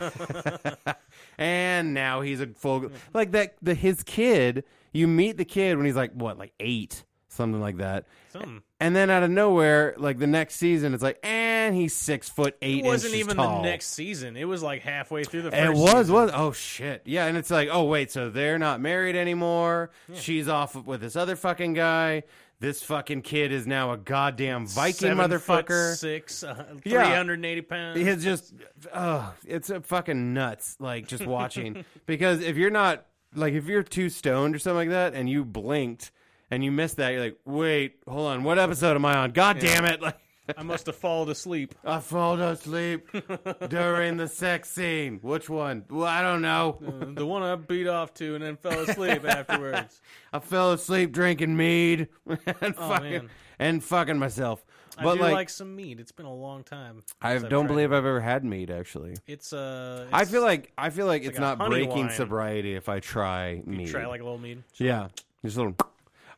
and now he's a full like that. The his kid. You meet the kid when he's like what, like eight, something like that.
Something.
And then out of nowhere, like the next season, it's like, and he's six foot eight.
It wasn't
inches
even
tall.
the next season. It was like halfway through the first.
It was
season.
was oh shit yeah, and it's like oh wait, so they're not married anymore. She's off with this other fucking guy. This fucking kid is now a goddamn Viking
Seven foot
motherfucker.
six, uh,
Yeah.
380 pounds.
It's just oh, it's a fucking nuts. Like just watching because if you're not like if you're too stoned or something like that, and you blinked and you missed that, you're like wait, hold on, what episode am I on? God damn it! Like
I must have fallen asleep.
I fall asleep during the sex scene. Which one? Well, I don't know.
the one I beat off to and then fell asleep afterwards.
I fell asleep drinking mead and, fucking,
Oh, man.
and fucking myself. But
I do
like,
like, some meat. It's been a long time.
I
since I've
don't
tried
believe I've ever had mead actually.
it. It's uh.
I
it's-
feel like I feel like it's,
like a
not
honey
breaking
wine.
sobriety if I try mead.
try like a little meat.
yeah, just a little.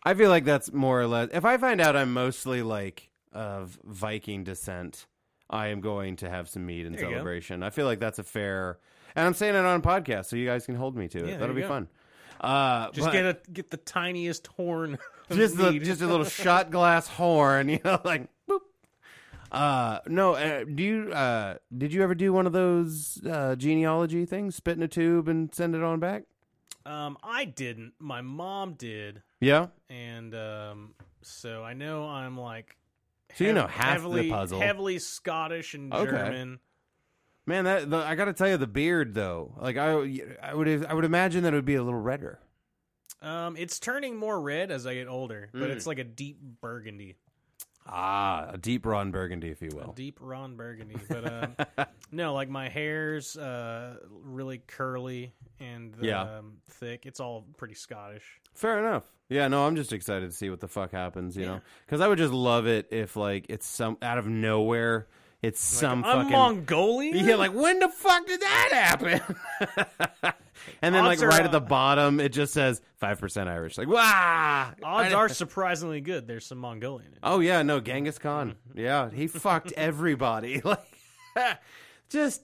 I feel like that's more or less. If I find out I'm mostly like of Viking descent, I am going to have some mead in
you go.
celebration. I feel like that's a fair. And I'm saying it on a podcast, so you guys can hold me to it.
there
That'll be
you go.
fun. Uh,
Just
but-
get a get the tiniest horn. Of
just a,
mead.
just a little shot glass horn, you know, like boop. Uh, no, uh, do you uh, did you ever do one of those uh, genealogy things? Spit in a tube and send it on back.
Um, I didn't. My mom did,
Yeah,
and um, so I know I'm like.
So you know
heav-
half the
heavily,
puzzle.
Heavily Scottish and
Okay.
German.
man, that the, I got to tell you, the beard though, like I I would I would imagine that it would be a little redder.
Um, it's turning more red as I get older,
Hmm.
but it's like a deep burgundy,
Ah, a deep Ron Burgundy, if you
a
will.
deep Ron burgundy. But um, no, like my hair's uh really curly and
Yeah.
um, thick. It's all pretty Scottish.
Fair enough. Yeah, no, I'm just excited to see what the fuck happens, you know, because I would just love it if like it's some out of nowhere, it's some
I'm
fucking
Mongolian.
Yeah, like when the fuck did that happen? and then, like
Odds are,
right at the
uh,
bottom, it just says five percent Irish. Like, wow.
odds are surprisingly good. There's some Mongolian. In it.
Oh yeah, no Genghis Khan. Yeah, he fucked everybody. Like, just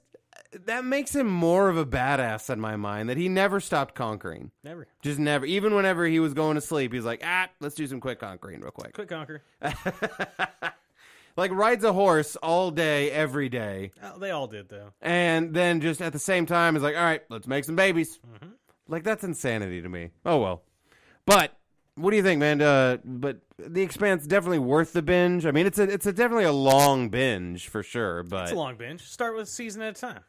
that makes him more of a badass in my mind. That he never stopped conquering.
Never
Just never. Even whenever he was going to sleep, he's like, ah, let's do some quick conquering real quick.
quick conquer.
Like rides a horse all day, every day.
Oh, they all did though.
and then just at the same time is like, all right, let's make some babies.
Mm-hmm.
Like that's insanity to me. Oh well, but what do you think, man? Uh, but The Expanse definitely worth the binge. I mean, it's a it's a definitely a long binge for sure. But
It's a long binge. Start with a season at a time.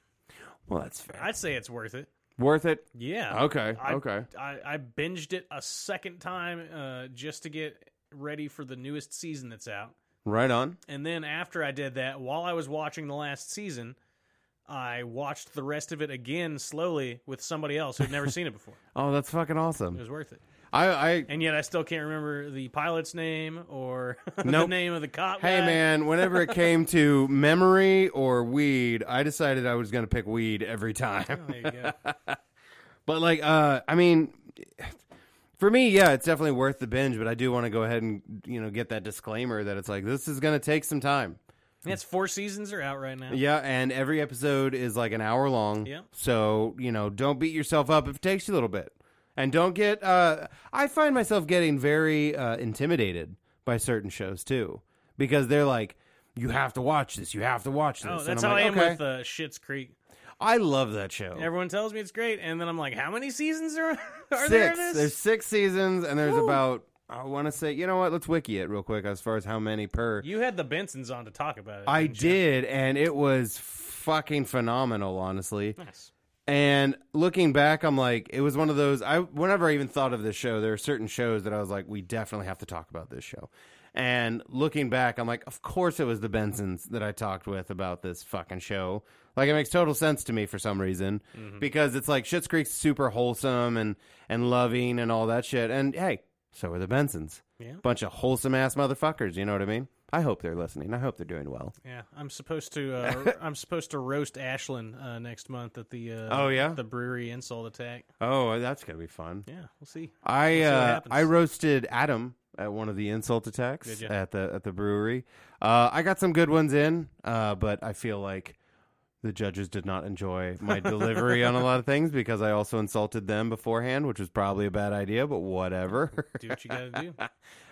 well, that's fair.
I'd say it's worth it.
Worth it.
Yeah.
Okay.
I,
okay.
I, I binged it a second time uh, just to get ready for the newest season that's out.
Right on.
And then after I did that, while I was watching the last season, I watched the rest of it again slowly with somebody else who'd never seen it before.
Oh, that's fucking
It
awesome.
was worth it.
I I
And yet I still can't remember the pilot's name or the
Nope.
name of the cop.
Hey
guy.
man, whenever it came to memory or weed, I decided I was going to pick weed every time.
There you go.
But like, uh, I mean, for me, yeah, it's definitely worth the binge. But I do want to go ahead and you know get that disclaimer that it's like this is going to take some time.
That's four seasons are out right now.
Yeah, and every episode is like an hour long.
Yeah.
So you know, don't beat yourself up if it takes you a little bit, and don't get. Uh, I find myself getting very uh, intimidated by certain shows too because they're like. You have to watch this. You have to watch this.
Oh,
And
that's
I'm
how
like,
I am
okay.
with uh, Shit's Creek.
I love that show.
Everyone tells me it's great, and then I'm like, how many seasons are, are there?
six.
Of this?
There's six seasons, and there's about I want to say, you know what? Let's wiki it real quick as far as how many per.
You had the Bensons on to talk about it.
I
didn't you?
did, and it was fucking phenomenal, honestly.
Nice.
And looking back, I'm like, it was one of those. I whenever I even thought of this show, there are certain shows that I was like, we definitely have to talk about this show. And looking back, I'm like, of course it was the Bensons that I talked with about this fucking show. Like it makes total sense to me for some reason because it's like Schitt's Creek's super wholesome and and loving and all that shit. And hey, so are the Bensons.
Yeah.
Bunch of wholesome ass motherfuckers, you know what I mean? I hope they're listening. I hope they're doing well.
Yeah, I'm supposed to. Uh, I'm supposed to roast Ashland uh, next month at the. Uh,
Oh, yeah?
the brewery insult attack.
Oh, that's gonna be fun.
Yeah, we'll see.
I
what
uh,
happens.
I roasted Adam at one of the insult attacks
Did ya?
at the at the brewery. Uh, I got some good ones in, uh, but I feel like the judges did not enjoy my delivery on a lot of things because I also insulted them beforehand, which was probably a bad idea. But whatever.
Do what you gotta do.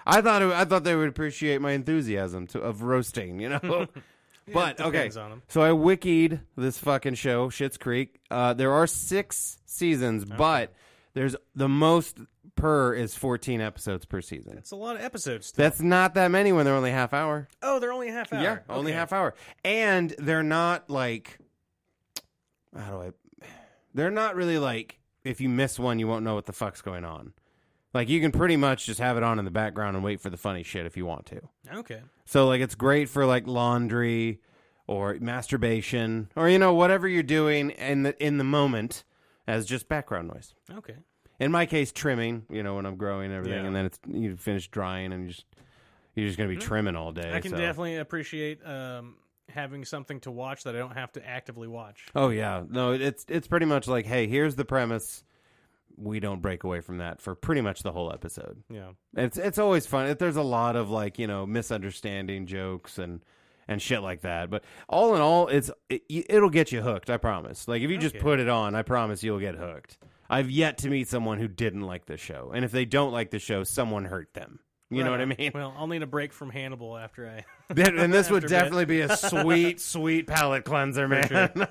I thought it, I thought they would appreciate my enthusiasm to, of roasting, you know. but okay,
depends on 'em.
so I wikied this fucking show, Shit's Creek. Uh, there are six seasons, but there's the most per is 14 episodes per season.
It's a lot of episodes. still.
That's not that many when they're only half hour.
oh, they're only a half hour.
Yeah, only
Okay.
half hour, and they're not like how do I? They're not really like if you miss one, you won't know what the fuck's going on. Like you can pretty much just have it on in the background and wait for the funny shit if you want to.
Okay.
So like it's great for like laundry or masturbation or you know whatever you're doing in the in the moment as just background noise.
Okay.
In my case, trimming. You know when I'm growing and everything,
Yeah.
and
Mm-hmm.
then it's you finish drying and you just you're just gonna be trimming all day.
I can
so.
definitely appreciate um, having something to watch that I don't have to actively watch.
Oh yeah, no, it's it's pretty much like, hey, here's the premise. We don't break away from that for pretty much the whole episode.
Yeah.
It's it's always fun. It, there's a lot of like you know misunderstanding jokes and and shit like that. But all in all, it's it, it'll get you hooked. I promise. Like if you just
Okay.
put it on, I promise you'll get hooked. I've yet to meet someone who didn't like the show, and if they don't like the show, someone hurt them. You know what I
Right.
mean?
uh, Well, I'll need a break from Hannibal after I.
That- and this would
After bed.
definitely be a sweet, sweet palate cleanser, man.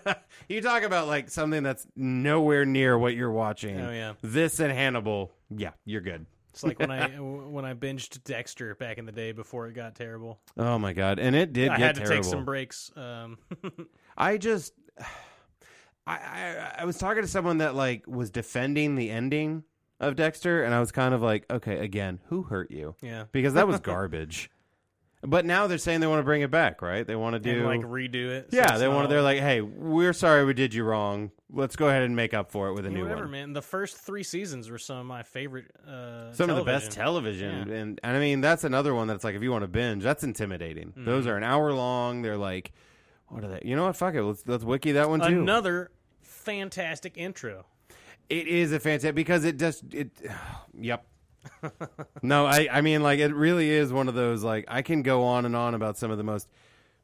you talk about like something that's nowhere near what you're watching.
Oh, yeah.
This and Hannibal, yeah, you're good.
It's like when I when I binged Dexter back in the day before it got terrible.
Oh my god, and it did
I
get
had to
terrible.
take some breaks. Um,
I just, I, I, I was talking to someone that like was defending the ending of Dexter, and I was kind of like, okay, again, who hurt you?
yeah.
Because that was garbage. But now they're saying they want to bring it back, right? They want to do
and like redo it. so
Yeah,
it's
they
not
want.
all-
They're like, "Hey, we're sorry we did you wrong. Let's go ahead and make up for it with a new
whatever,
one."
man. The first three seasons were some of my favorite. Uh,
Some of the best
television.
television, and, and I mean that's another one that's like if you want to binge, that's intimidating. Those are an hour long. They're like, what are they? You know what? Fuck it. Let's let's wiki that one too.
Another fantastic intro.
It is a fantastic because it just it. yep. no, I I mean like it really is one of those like I can go on and on about some of the most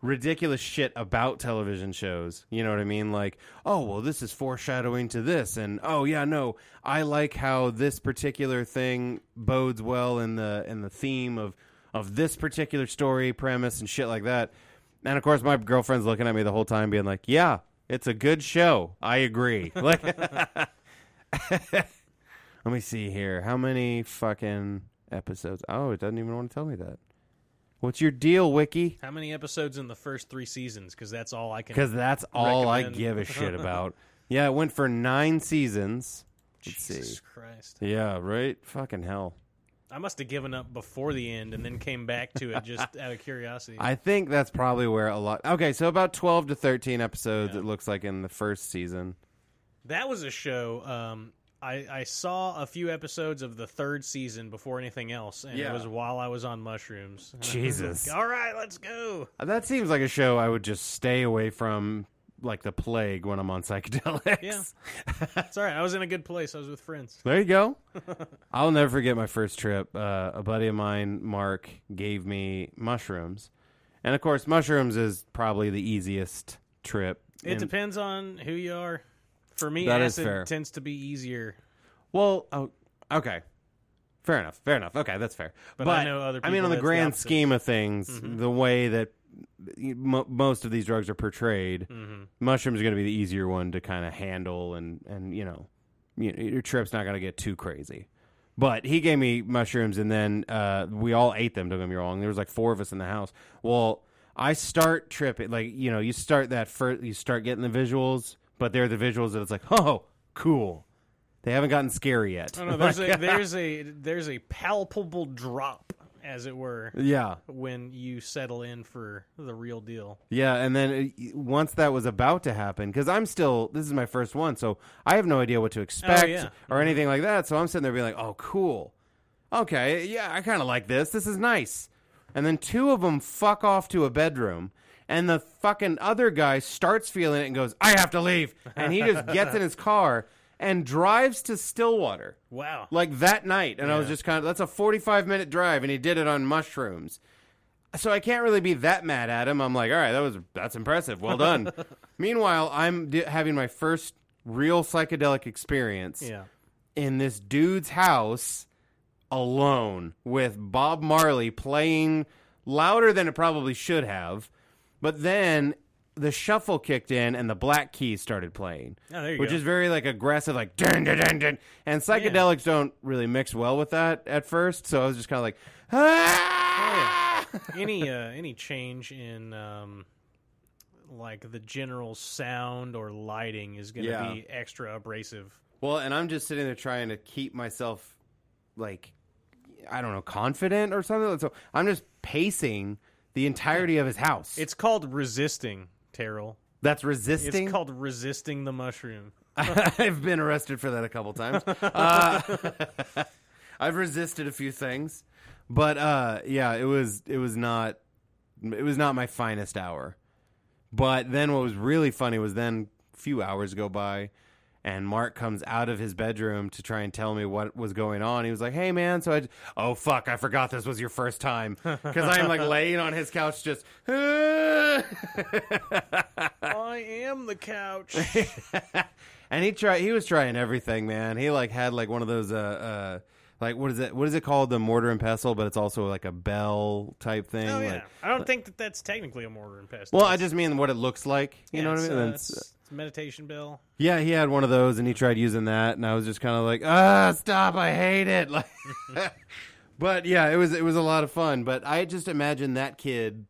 ridiculous shit about television shows. You know what I mean? Like, oh well, this is foreshadowing to this, and oh yeah, no, I like how this particular thing bodes well in the in the theme of of this particular story premise and shit like that. And of course, my girlfriend's looking at me the whole time, being like, "Yeah, it's a good show. I agree." Like. Let me see here. How many fucking episodes? Oh, it doesn't even want to tell me that. What's your deal, Wiki?
How many episodes in the first three seasons? Because that's all I can.
Because that's all I
Recommend.
give a shit about. yeah, it went for nine seasons. Let's
Jesus
see.
Christ!
Yeah, right? Fucking hell.
I must have given up before the end and then came back to it just out of curiosity.
I think that's probably where a lot. Okay, so about 12 to 13 episodes, it looks like, in the first season.
That was a show. Um, I, I saw a few episodes of the third season before anything else, and
Yeah.
it was while I was on mushrooms. And I was
Jesus.
like, All right, let's go.
Uh, That seems like a show I would just stay away from like the plague when I'm on psychedelics.
Yeah. It's all right. I was in a good place. I was with friends.
There you go. I'll never forget my first trip. Uh, a buddy of mine, Mark, gave me mushrooms, and of course, mushrooms is probably the easiest trip.
It
in-
depends on who you are. For me,
That is
acid
fair.
tends to be easier.
Well, oh, okay, fair enough, fair enough. Okay, that's fair.
But I know
mean,
other people
on the
that's the
grand
opposite. Mm-hmm.
scheme of things, the way that y- mo- most of these drugs are portrayed, mushrooms are going to be the easier one to kind of handle, and and you know, you your trip's not going to get too crazy. But he gave me mushrooms, and then uh, we all ate them. Don't get me wrong. There was like four of us in the house. Well, I start tripping, like you know, you start that first, you start getting the visuals, but they're the visuals that it's like, oh, cool. They haven't gotten scary yet.
I don't know. There's a there's a there's a palpable drop as it were,
Yeah.
when you settle in for the real deal.
Yeah, and then it, once that was about to happen, because I'm still this is my first one, so I have no idea what to expect
yeah.
or anything like that. So I'm sitting there being like, "Oh, cool, okay, yeah, I kind of like this. This is nice." And then two of them fuck off to a bedroom, and the fucking other guy starts feeling it and goes, "I have to leave," and he just gets in his car and drives to Stillwater
Wow.
like that night and i was just kind of that's a 45 minute drive and he did it on mushrooms so i can't really be that mad at him i'm like all right that was that's impressive well done meanwhile i'm d- having my first real psychedelic experience
Yeah.
in this dude's house alone with Bob Marley playing louder than it probably should have. But then the shuffle kicked in and the black keys started playing.
Oh, there you
which
go.
is very like aggressive, like dun dun dun dun. And psychedelics don't really mix well with that at first, so I was just kinda like ah!
any uh, any change in um, like the general sound or lighting is going to
Yeah.
be extra abrasive.
Well, and I'm just sitting there trying to keep myself like I don't know, confident or something. So I'm just pacing the entirety of his house.
It's called resisting, Terrell.
That's
It's
resisting.
called resisting the mushroom.
I've been arrested for that a couple times. Uh, I've resisted a few things, but uh, yeah, it was it was not it was not my finest hour. But then what was really funny was then a few hours go by and Mark comes out of his bedroom to try and tell me what was going on. He was like, "Hey man, so I oh fuck, I forgot this was your first time cuz I am like laying on his couch just
I am the couch.
and he tried. He was trying everything, man. He like had like one of those uh, uh like what is it? What is it called? The mortar and pestle, but it's also like a bell type thing.
Oh, yeah.
like-
I don't think that that's technically a mortar and pestle.
well, I just mean what it looks like. You know what I mean? And
it's, uh,
it's-
it's meditation bell.
yeah, he had one of those, and he tried using that, and I was just kind of like, ah, stop! I hate it. Like, but yeah, it was it was a lot of fun. But I just imagine that kid.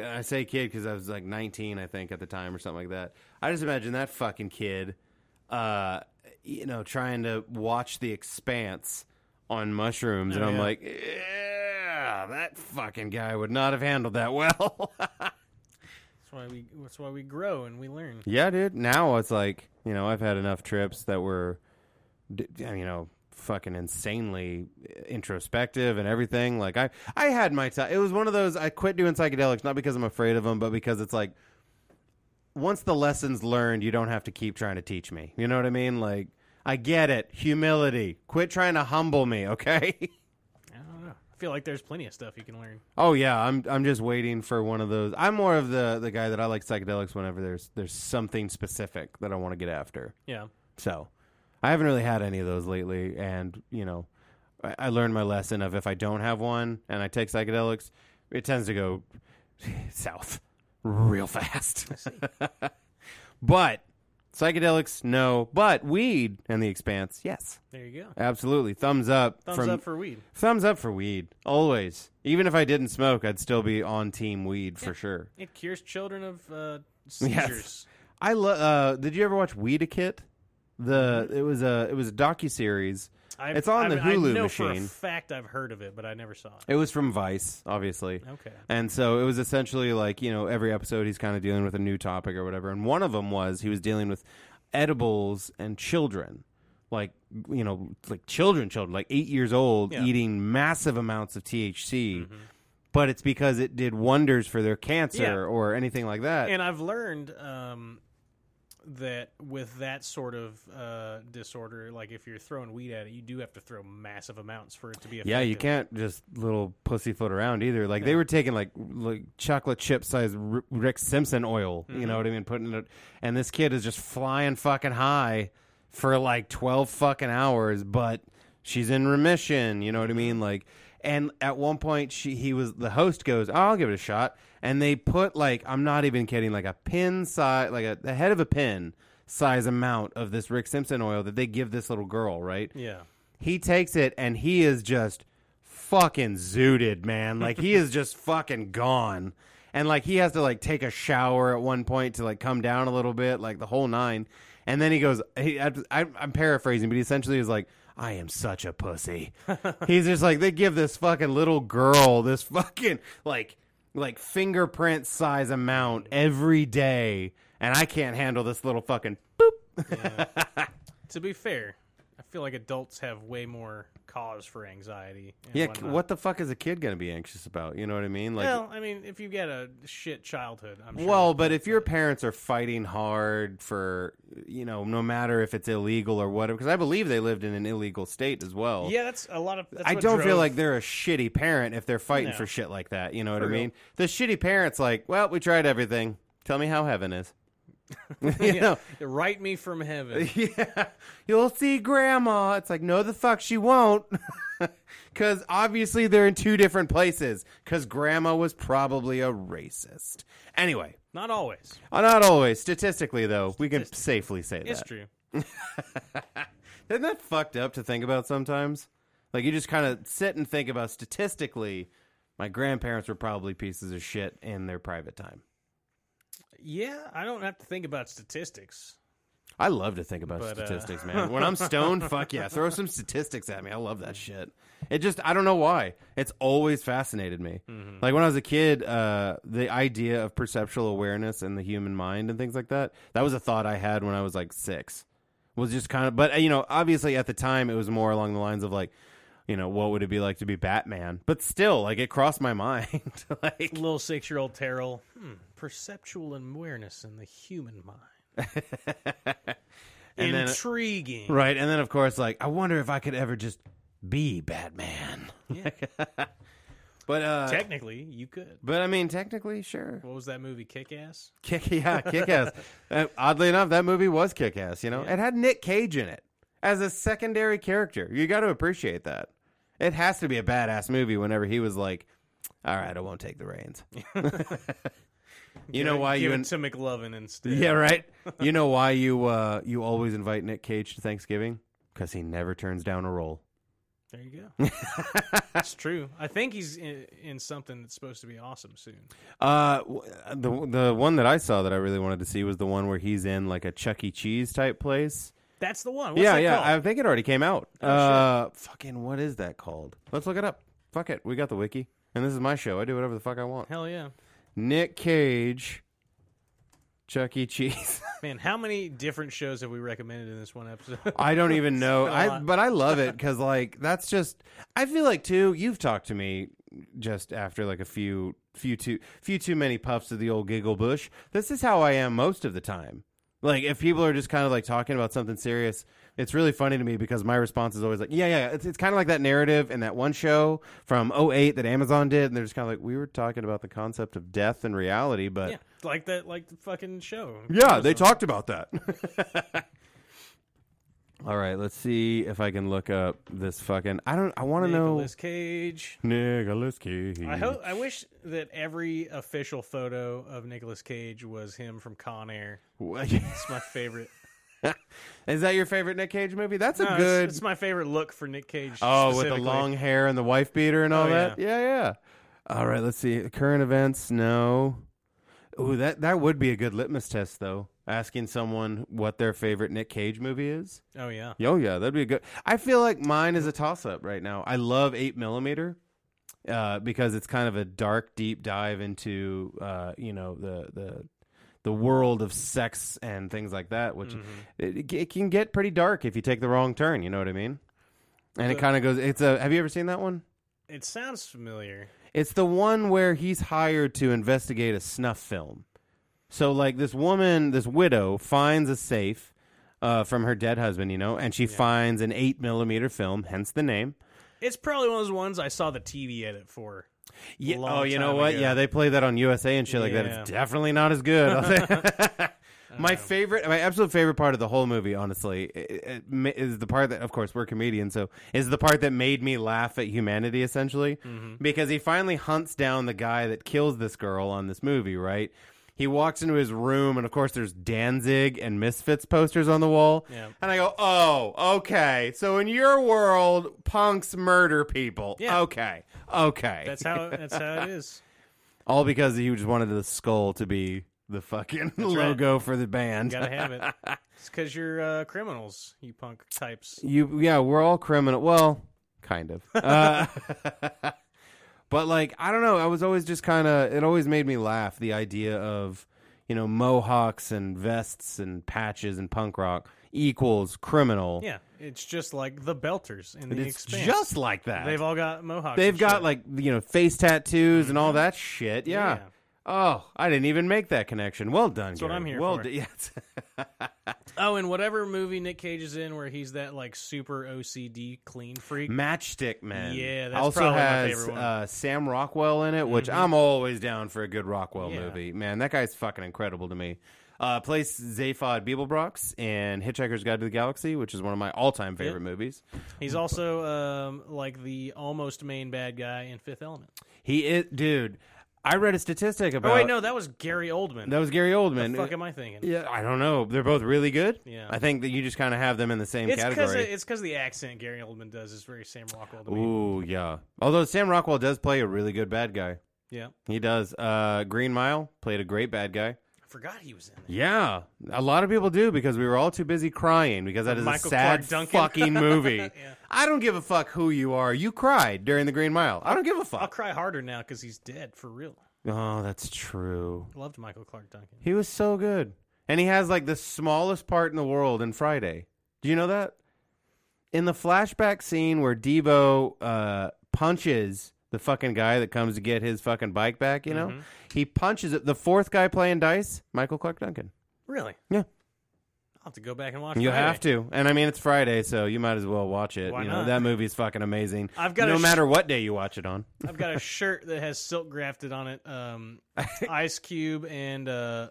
I say kid because I was like 19, I think, at the time or something like that. I just imagine that fucking kid, uh, you know, trying to watch The Expanse on mushrooms, and I'm
yeah.
like, yeah, that fucking guy would not have handled that well.
That's why we. That's why we grow and we learn.
Yeah, dude. Now it's like you know I've had enough trips that were, d- you know, fucking insanely eh, introspective and everything. Like I, I had my time. It was one of those. I quit doing psychedelics not because I'm afraid of them, but because it's like once the lessons learned, you don't have to keep trying to teach me. You know what I mean? Like I get it. Humility. Quit trying to humble me. Okay.
I don't know. I feel like there's plenty of stuff you can learn.
Oh yeah, I'm I'm just waiting for one of those. I'm more of the the guy that I like psychedelics whenever there's there's something specific that I want to get after.
Yeah.
So I haven't really had any of those lately. And, you know, I, I learned my lesson of if I don't have one and I take psychedelics, it tends to go south real fast. but psychedelics, no. But weed and the expanse, yes.
There you go.
Absolutely. Thumbs up.
Thumbs
from-
up for weed.
Thumbs up for weed, always. Even if I didn't smoke, I'd still be on team weed for sure.
It cures children of uh, seizures.
I love. Uh, did you ever watch Weed a Kit? The it was a it was a docu series.
Mm-hmm. I've,
It's on the
I've- I
Hulu
know For a
machine.
fact, I've heard of it, but I never saw it.
It was from Vice, obviously.
Okay.
And so it was essentially like, you know, every episode he's kind of dealing with a new topic or whatever. And one of them was he was dealing with edibles and children. Like, you know, like children, children, like eight years old,
Yeah. Mm-hmm.
eating massive amounts of THC. But it's because it did wonders for their cancer
Yeah.
or anything like that.
And I've learned um, that with that sort of uh, disorder, like if you're throwing weed at it, you do have to throw massive amounts for it to be effective.
yeah, you can't just little pussyfoot around either. Like they were taking like like chocolate chip sized R- Rick Simpson oil, you
Mm-hmm.
know what I mean, putting it. And this kid is just flying fucking high for like twelve fucking hours, but she's in remission. You know what I
Mm-hmm.
mean? Like, and at one point she he was the host goes, oh, I'll give it a shot, and they put like I'm not even kidding, like a pin size, like a the head of a pin size amount of this Rick Simpson oil that they give this little girl, right?
Yeah.
he takes it and he is just fucking zooted, man. Like he is just fucking gone. And like he has to like take a shower at one point to like come down a little bit, like the whole nine. And then he goes, he, I, I- I'm paraphrasing, but he essentially is like, I am such a pussy. He's just like they give this fucking little girl this fucking like like fingerprint size amount every day, and I can't handle this little fucking boop.
To be fair, I feel like adults have way more cause for anxiety. and
Yeah,
whatnot.
what the fuck is a kid gonna be anxious about? You know what I mean? Like,
well, I mean, if you get a shit childhood, I'm sure.
Well, but if your parents are fighting hard for, you know, no matter if it's illegal or whatever, because I believe they lived in an illegal state as well.
yeah, that's a lot of. That's
I
what
don't feel
drove-
like they're a shitty parent if they're fighting
No.
for shit like that. You know what I
real.
mean? The shitty parents, like, well, we tried everything. Tell me how heaven is. you know,
write me from heaven.
yeah, you'll see grandma. It's like, no, the fuck, she won't. Because obviously they're in two different places. Because grandma was probably a racist. Anyway,
Not always.
uh, not always. Statistically, though, we can safely say
It's
that.
true.
Isn't that fucked up to think about sometimes? Like, you just kind of sit and think about statistically, my grandparents were probably pieces of shit in their private time.
Yeah, I don't have to think about statistics.
I love to think about
But, uh,
statistics, man. When I'm stoned, fuck yeah, throw some statistics at me. I love that shit. It just I don't know why. It's always fascinated me. Like when I was a kid, uh, the idea of perceptual awareness and the human mind and things like that. That was a thought I had when I was like 6. Was just kind of but uh, you know, obviously at the time it was more along the lines of like you know, what would it be like to be Batman? But still, like it crossed my mind. like
Little six-year-old Terrell, hmm, perceptual awareness in the human mind.
And then- uh,
Intriguing.
Right, and then of course, like I wonder if I could ever just be Batman. but uh,
Technically, you could.
but I mean, technically, sure.
What was that movie, Kick-Ass?
Kick yeah, kick ass. Uh, oddly enough, that movie was kick ass. You know, it had Nick Cage in it as a secondary character. You got to appreciate that. It has to be a badass movie. Whenever he was like, "All right, I won't take the reins." you know why
Give
you
it
and
to McLovin instead.
yeah right. you know why you uh you always invite Nick Cage to Thanksgiving because he never turns down a role.
There you go. That's true. I think he's in, in something that's supposed to be awesome soon.
Uh, w- the the one that I saw that I really wanted to see was the one where he's in like a Chuck E. Cheese type place.
That's the one. What's
yeah,
that
yeah.
called? Oh,
I think it already came out. uh, fucking what is that called? Let's look it up. Fuck it, we got the wiki, and this is my show. I do whatever the fuck I want.
Hell yeah,
Nick Cage, Chuck E. Cheese.
man! How many different shows have we recommended in this one episode?
I don't even know.
been a
I
lot.
but I love it because like that's just. I feel like too. You've talked to me just after like a few few too few too many puffs of the old giggle bush. This is how I am most of the time. Like if people are just kind of like talking about something serious, it's really funny to me because my response is always like, yeah, yeah. It's, it's kind of like that narrative in that one show from 08 that Amazon did, and they're just kind of like, we were talking about the concept of death and reality, but
yeah, like that, like the fucking show.
yeah, they talked about that. All right, let's see if I can look up this fucking. I don't. I want to know
Nicolas Cage.
Nicholas Cage.
I hope. I wish that every official photo of Nicolas Cage was him from Con Air. It's my favorite.
Is that your favorite Nick Cage movie? That's a
No, it's-
good.
It's, my favorite look for Nick Cage.
oh, with the
specifically.
long hair and the wife beater and all
Oh,
that. Yeah. yeah, All right, let's see current events. No. Ooh, that that would be a good litmus test though. Asking someone what their favorite Nick Cage movie is.
Oh yeah.
Oh yeah, that'd be a good. I feel like mine is a toss up right now. I love eight millimeter uh, because it's kind of a dark, deep dive into uh, you know the the the world of sex and things like that, which it, it can get pretty dark if you take the wrong turn. You know what I mean? And it
So-
kind of goes. It's a. Have you ever seen that one?
It sounds familiar.
It's the one where he's hired to investigate a snuff film. So, like, this woman, this widow, finds a safe uh, from her dead husband, you know, and she finds an 8 millimeter film, hence the name.
It's probably one of those ones I saw the TV edit for.
Yeah,
Long
oh, you know
time
what?
ago.
Yeah, they play that on USA and shit like that. It's
Yeah.
definitely not as good. I'll say. my favorite, my absolute favorite part of the whole movie, honestly, i- i- ma- is the part that, of course, we're comedians, so is the part that made me laugh at humanity, essentially,
Mm-hmm.
because he finally hunts down the guy that kills this girl on this movie, right? He walks into his room, and of course, there's Danzig and Misfits posters on the wall.
Yeah.
And I go, oh, okay. So in your world, punks murder people.
Yeah.
Okay. Okay.
That's how. that's how it is.
All because he just wanted the skull to be the fucking
right.
logo for the band.
Gotta have it. It's because you're uh, criminals, you punk types.
You yeah, we're all criminal. Well, kind of. Uh, but like I don't know, I was always just kind of it always made me laugh the idea of, you know, mohawks and vests and patches and punk rock equals criminal.
Yeah, it's just like the Belters in
But
the
it's
Expanse.
just like that.
They've all got mohawks.
They've
and
got
shit. Mm-hmm.
like, you know, face tattoos and all that shit. Yeah.
Yeah.
Oh, I didn't even make that connection. Well done. That's
what I'm here
well
for.
do- yes.
Oh, and whatever movie Nick Cage is in where he's that like super OCD clean freak.
Matchstick Man.
Yeah, that's
also
probably my
has
favorite one. Mm-hmm.
Uh, Sam Rockwell in it, which I'm always down for a good Rockwell
Yeah.
movie. Man, that guy's fucking incredible to me. Uh, plays Zaphod Beeblebrox in Hitchhiker's Guide to the Galaxy, which is one of my all-time favorite movies.
He's also um, like the almost main bad guy in Fifth Element.
He is, dude. I read a statistic about.
Oh wait, no, that was Gary Oldman.
that was Gary Oldman.
fuck am I thinking?
yeah, I don't know. They're both really good.
Yeah.
I think that you just kind of have them in the same
It's because
category.
it's because the accent Gary Oldman does is very Sam Rockwell to me.
Ooh, yeah. Although Sam Rockwell does play a really good bad guy.
Yeah,
He does. Uh, Green Mile played a great bad guy.
I forgot he was in it.
Yeah, a lot of people do because we were all too busy crying because that is
Michael
a sad
Clark Duncan.
fucking movie.
Yeah.
I don't give a fuck who you are. You cried during the Green Mile. I don't give a
I'll
fuck.
cry harder now because he's dead for real.
Oh, that's true.
Loved Michael Clark Duncan.
He was so good, and he has like the smallest part in the world in Friday. Do you know that? In the flashback scene where Debo uh, punches the fucking guy that comes to get his fucking bike back, you know,
Mm-hmm.
he punches it. The fourth guy playing dice, Michael Clark Duncan.
Really?
Yeah.
I'll have to go back and watch.
You
Friday.
have to, and I mean it's Friday, so you might as well watch it.
Why
you know
not?
that movie's fucking amazing.
I've got
no
a sh-
matter what day you watch it on.
I've got a shirt that has silk grafted on it. Um, Ice Cube and uh,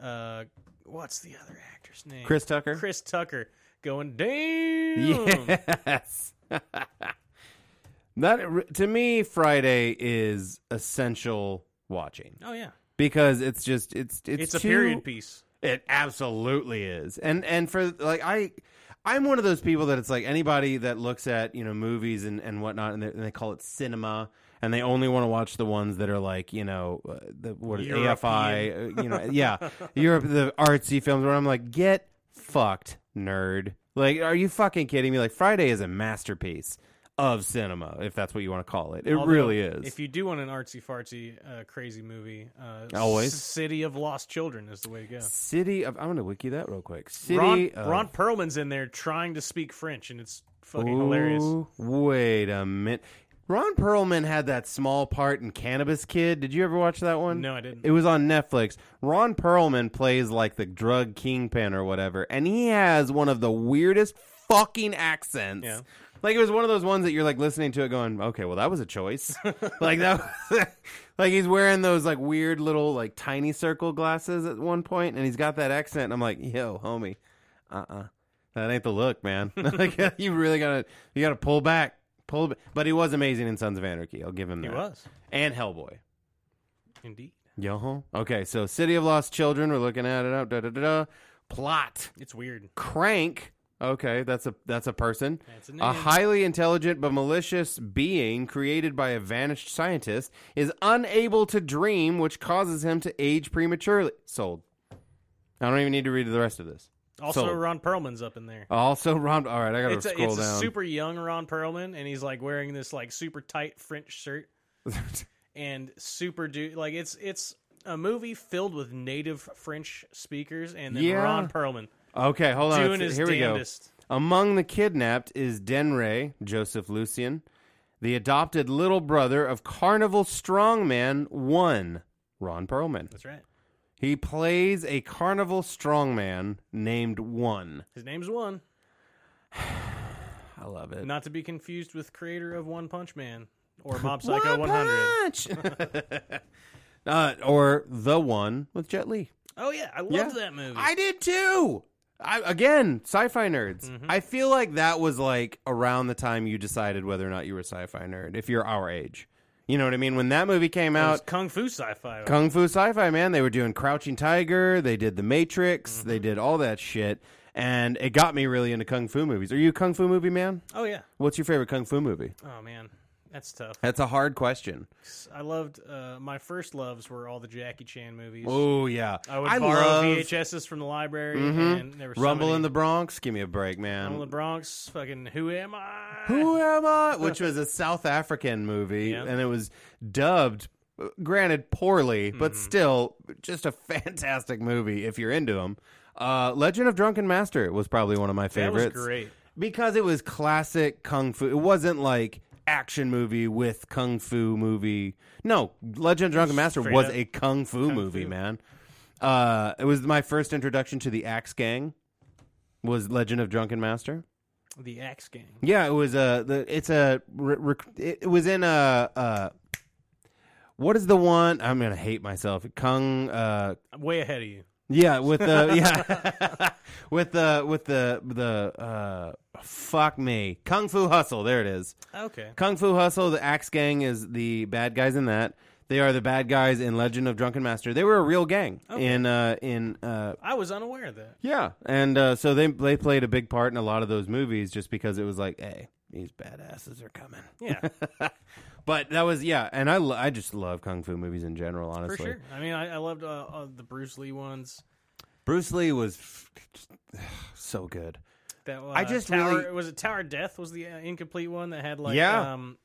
uh, what's the other actor's name?
Chris Tucker.
Chris Tucker going damn.
Yes. that to me, Friday is essential watching
Oh yeah,
because it's just it's it's,
it's, a
too-
period piece.
It absolutely is. And and for like I I'm one of those people that it's like anybody that looks at, you know, movies and, and whatnot and they, and they call it cinema and they only want to watch the ones that are like, you know, uh, the what is AFI, uh, you know, yeah, Europe the artsy films where I'm like, "Get fucked, nerd." Like, are you fucking kidding me? Like Friday is a masterpiece of cinema, if that's what you want to call it. It
Although,
really is.
If you do want an artsy fartsy uh, crazy movie, uh,
Always.
S- City of Lost Children is the way to go.
City of I'm going to wiki that real quick. City
Ron,
of
Ron Perlman's in there trying to speak French, and it's fucking hilarious.
Ooh, Wait a minute. Ron Perlman had that small part in Cannabis Kid. Did you ever watch that one?
No, I didn't.
It was on Netflix. Ron Perlman plays like the drug kingpin or whatever, and he has one of the weirdest fucking accents.
Yeah.
Like it was one of those ones that you're like listening to it going, okay, well that was a choice. like that, was- like he's wearing those like weird little like tiny circle glasses at one point, and he's got that accent. And I'm like, yo, homie, uh-uh. That ain't the look, man. like you really gotta you gotta pull back. Pull back. but he was amazing in Sons of Anarchy. I'll give him
He
that.
was
And Hellboy.
indeed. Uh-huh.
Yo. Okay, so City of Lost Children, we're looking at it up. Da da da da. Plot.
It's weird.
Crank. Okay, that's a that's a person.
That's a name.
A highly intelligent but malicious being created by a vanished scientist is unable to dream, which causes him to age prematurely. Sold. I don't even need to read the rest of this.
also,
sold.
Ron Perlman's up in there.
Also, Ron. All right, I gotta
it's a,
scroll
it's
down.
a super young Ron Perlman, and he's like wearing this like super tight French shirt and super dude. Like it's it's a movie filled with native French speakers, and then
Yeah.
Ron Perlman
Okay, hold on.
doing
It's-
his
Here we go.
damnedest.
Among the kidnapped is Denray, Joseph Lucian, the adopted little brother of carnival strongman one, Ron Perlman.
That's right.
He plays a carnival strongman named One.
His name's One,
I love it.
not to be confused with creator of One Punch Man or Mob Psycho 100.
Punch! uh, or The One with Jet Li.
Oh yeah, I loved
Yeah.
that movie.
I did too. I, again, sci-fi nerds. I feel like that was like around the time you decided whether or not you were a sci-fi nerd. If you're our age, you know what I mean. When that movie came
it was
out,
kung fu sci-fi.
Kung Fu Sci-Fi man, they were doing Crouching Tiger, they did The Matrix, they did all that shit, and it got me really into kung fu movies. Are you a kung fu movie man?
oh yeah.
What's your favorite kung fu movie?
Oh man, That's tough.
That's a hard question.
I loved uh, my first loves were all the Jackie Chan movies.
Oh yeah,
I would borrow VHSs from the library,
Mhm.
and there were so
Rumble
many.
in the Bronx. Give me a break, man.
Rumble in the Bronx. Fucking Who Am I?
Who am I? Which was a South African movie,
Yeah.
and it was dubbed, uh, granted poorly, but
Mm-hmm.
still just a fantastic movie if you're into them. Uh, Legend of Drunken Master was probably one of my
That
favorites
was great.
because it was classic kung fu. It wasn't like action movie with kung fu movie. No, Legend of Drunken Master
Straight
was
up
a kung fu
kung
movie,
fu.
man. Uh, it was my first introduction to the Axe Gang. Was Legend of Drunken Master?
The Axe Gang.
Yeah, it was a. The, it's a. Re, rec- it it was in a. Uh, what is the one? I'm gonna hate myself. Kung. Uh,
I'm way ahead of you.
yeah, with the yeah, with the with the the uh, fuck me, Kung Fu Hustle. There it is.
Okay.
Kung Fu Hustle. The Axe Gang is the bad guys in that. They are the bad guys in Legend of Drunken Master. They were a real gang in uh, in uh,
I was unaware of that.
yeah, and uh, so they they played a big part in a lot of those movies just because it was like, hey, these badasses are coming.
Yeah,
but that was yeah, and I lo- I just love kung fu movies in general.
for
Honestly,
sure. I mean, I, I loved uh, uh, the Bruce Lee ones.
Bruce Lee was f- so good.
That uh,
I just
Tower,
really-
was it Tower of Death was the uh, incomplete one that had like
Yeah.
um,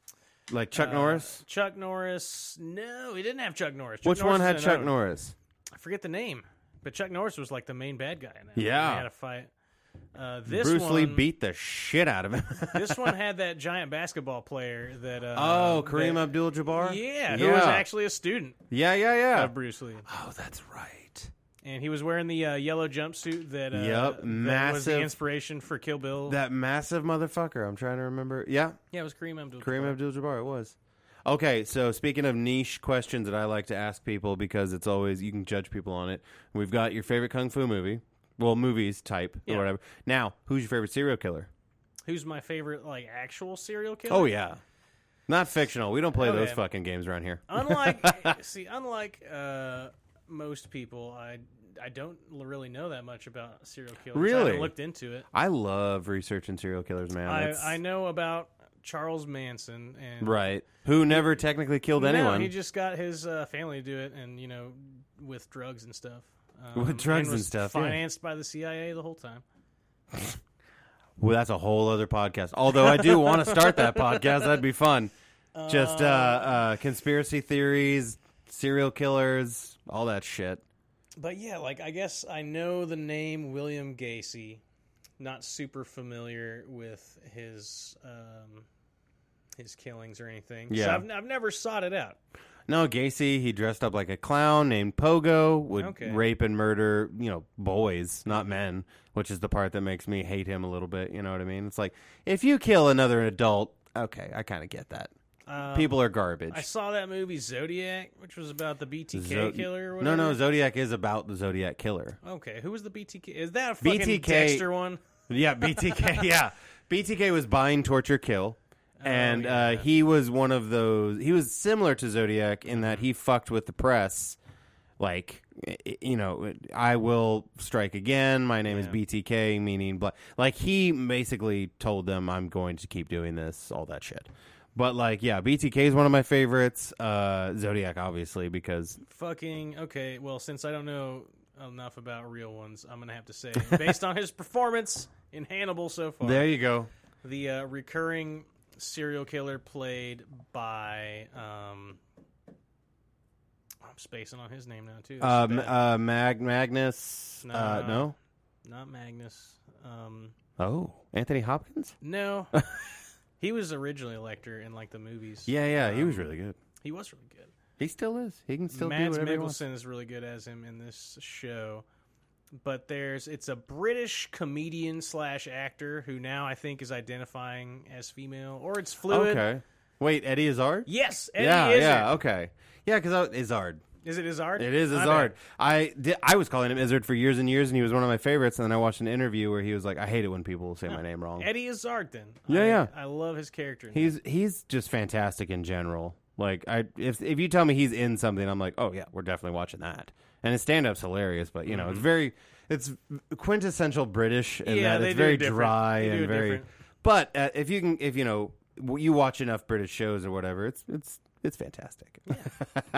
Like Chuck
uh,
Norris.
Chuck Norris. No, he didn't have Chuck Norris. Chuck
Which
Norris
one
was
had
in
Chuck
another-
Norris?
I forget the name, but Chuck Norris was like the main bad guy in that.
Yeah.
they had a fight. Uh, this
Bruce
one,
Lee beat the shit out of him.
this one had that giant basketball player that. Uh,
oh, Kareem
that-
Abdul-Jabbar.
Yeah, who
yeah,
was actually Uh, a student
yeah, yeah, yeah.
of Bruce Lee,
oh, that's right.
and he was wearing the uh, yellow jumpsuit that. Uh,
Yup,
that was the
massive-
inspiration for Kill Bill.
That massive motherfucker. I'm trying to remember. Yeah,
yeah, it was Kareem Abdul.
Kareem Abdul-Jabbar. It was. Okay, so speaking of niche questions that I like to ask people because it's always you can judge people on it. We've got your favorite kung fu movie, well, movies type
Yeah.
or whatever. Now, who's your favorite serial killer?
Who's my favorite like actual serial killer?
Oh yeah, not fictional. We don't play
Oh,
those
yeah.
fucking games around here.
unlike see, unlike uh, most people, I I don't l- really know that much about serial killers. I
Really?
haven't looked into it.
I love researching serial killers, man.
I,
That's-
I know about Charles Manson and
right? Who never technically killed
No,
anyone?
he just got his uh, family to do it, and you know, with drugs and stuff. Um,
With drugs and
was
stuff, yeah.
financed by the CIA the whole time.
Well, that's a whole other podcast. Although I do want to start that podcast. That'd be fun. Just uh, uh, conspiracy theories, serial killers, all that shit.
But yeah, like I guess I know the name William Gacy. Not super familiar with his um, his killings or anything. So
Yeah.
I've, I've never sought it out.
No, Gacy, he dressed up like a clown named Pogo, would
Okay.
rape and murder, you know, boys, not men, which is the part that makes me hate him a little bit. You know what I mean? It's like, if you kill another adult, okay, I kind of get that.
Um,
People are garbage.
I saw that movie Zodiac, which was about the BTK
Zo-
killer. Or
no,
whatever.
no, Zodiac is about the Zodiac killer.
Okay, who was the BTK? Is that a fucking
BTK
Dexter one?
Yeah, BTK. yeah, BTK was bind, torture, kill, and uh,
Oh, yeah.
he was one of those. He was similar to Zodiac in that he fucked with the press, like i- i- you know, I will strike again. My name is BTK, meaning black. Like he basically told them, "I'm going to keep doing this," all that shit. But like, yeah, BTK is one of my favorites. Uh, Zodiac, obviously, because
Fucking okay. Well, since I don't know enough about real ones, I'm gonna have to say, based on his performance in Hannibal so far,
there you go.
the uh, recurring serial killer played by um, I'm spacing on his name now too. This is
Um,
bad.
uh, Mag Magnus.
No,
uh,
no,
no.
Not Magnus. Um,
Oh, Anthony Hopkins.
no. He was originally a lector in like the movies.
Yeah, yeah, he was really good.
he was really good.
He still is. He can still do
Mads
whatever he wants.
Mikkelsen is really good as him in this show. But there's it's a British comedian slash actor who now I think is identifying as female or it's fluid.
Okay. Wait, Eddie Izzard?
Yes, Eddie
yeah,
Izzard.
yeah, okay. Yeah, because Izzard.
Is it Izzard?
It is
My
Izzard.
bad.
I did, I was calling him Izzard for years and years, and he was one of my favorites. And then I watched an interview where he was like, "I hate it when people say my name wrong."
Eddie Izzard. Then
Yeah,
I,
yeah.
I love his character. in
He's he's just fantastic in general. Like I, if if you tell me he's in something, I'm like, oh yeah, we're definitely watching that. And his stand up's hilarious, but you know, it's very it's quintessential British, and
Mm-hmm. Yeah,
that
they
it's
do
very
it different.
dry
They do
and
it
very.
different.
But uh, if you can, if you know, w- you watch enough British shows or whatever, it's it's it's fantastic.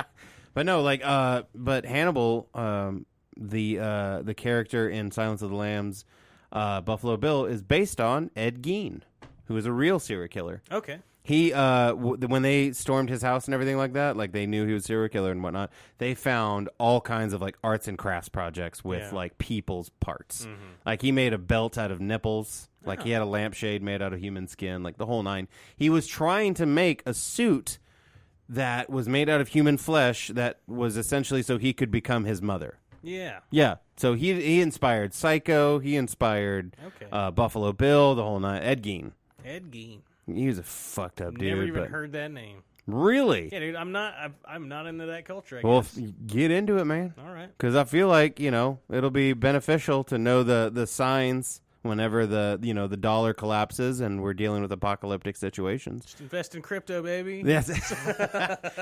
but no, like uh but Hannibal um the uh the character in Silence of the Lambs uh Buffalo Bill is based on Ed Gein, who is a real serial killer.
Okay.
He uh w- when they stormed his house and everything like that, like they knew he was a serial killer and whatnot. They found all kinds of like arts and crafts projects with
Yeah. Mm-hmm.
like people's parts. Like he made a belt out of nipples. Like he had a lampshade made out of human skin. Like the whole nine. He was trying to make a suit that was made out of human flesh that was essentially so he could become his mother.
Yeah.
Yeah. So he he inspired Psycho. He inspired
Okay.
uh, Buffalo Bill. The whole nine. Ed Gein.
Ed Gein.
He was a fucked up dude.
Never even
but-
heard that name.
Really?
Yeah, dude. I'm not. I'm, I'm not into that culture. I
Well,
guess.
f- get into it, man.
All right.
Because I feel like you know it'll be beneficial to know the the signs whenever the you know the dollar collapses and we're dealing with apocalyptic situations.
Just invest in crypto, baby.
Yes,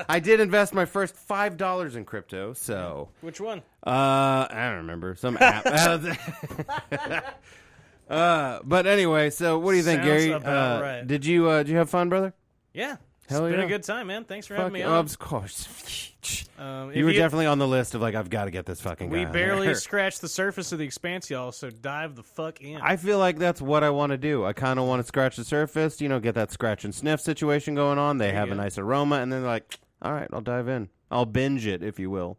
I did invest my first five dollars in crypto, so
Which one?
uh, I don't remember some app. uh, but anyway, so what do you think,
Sounds
Gary?
about
uh,
right.
Did you uh, did you have fun, brother?
Yeah.
Hell
it's been
yeah.
a good time, man. Thanks for
Fuck-
having me
oh,
on.
of course.
Um, if
You were definitely on the list of like I've got to get this fucking.
We
guy on
barely
here.
scratched the surface of the expanse, y'all. So dive the fuck in.
I feel like that's what I want to do. I kind of want to scratch the surface, you know, get that scratch and sniff situation going on. They have
you
a
go.
nice aroma, and then they're like, all right, I'll dive in. I'll binge it, if you will.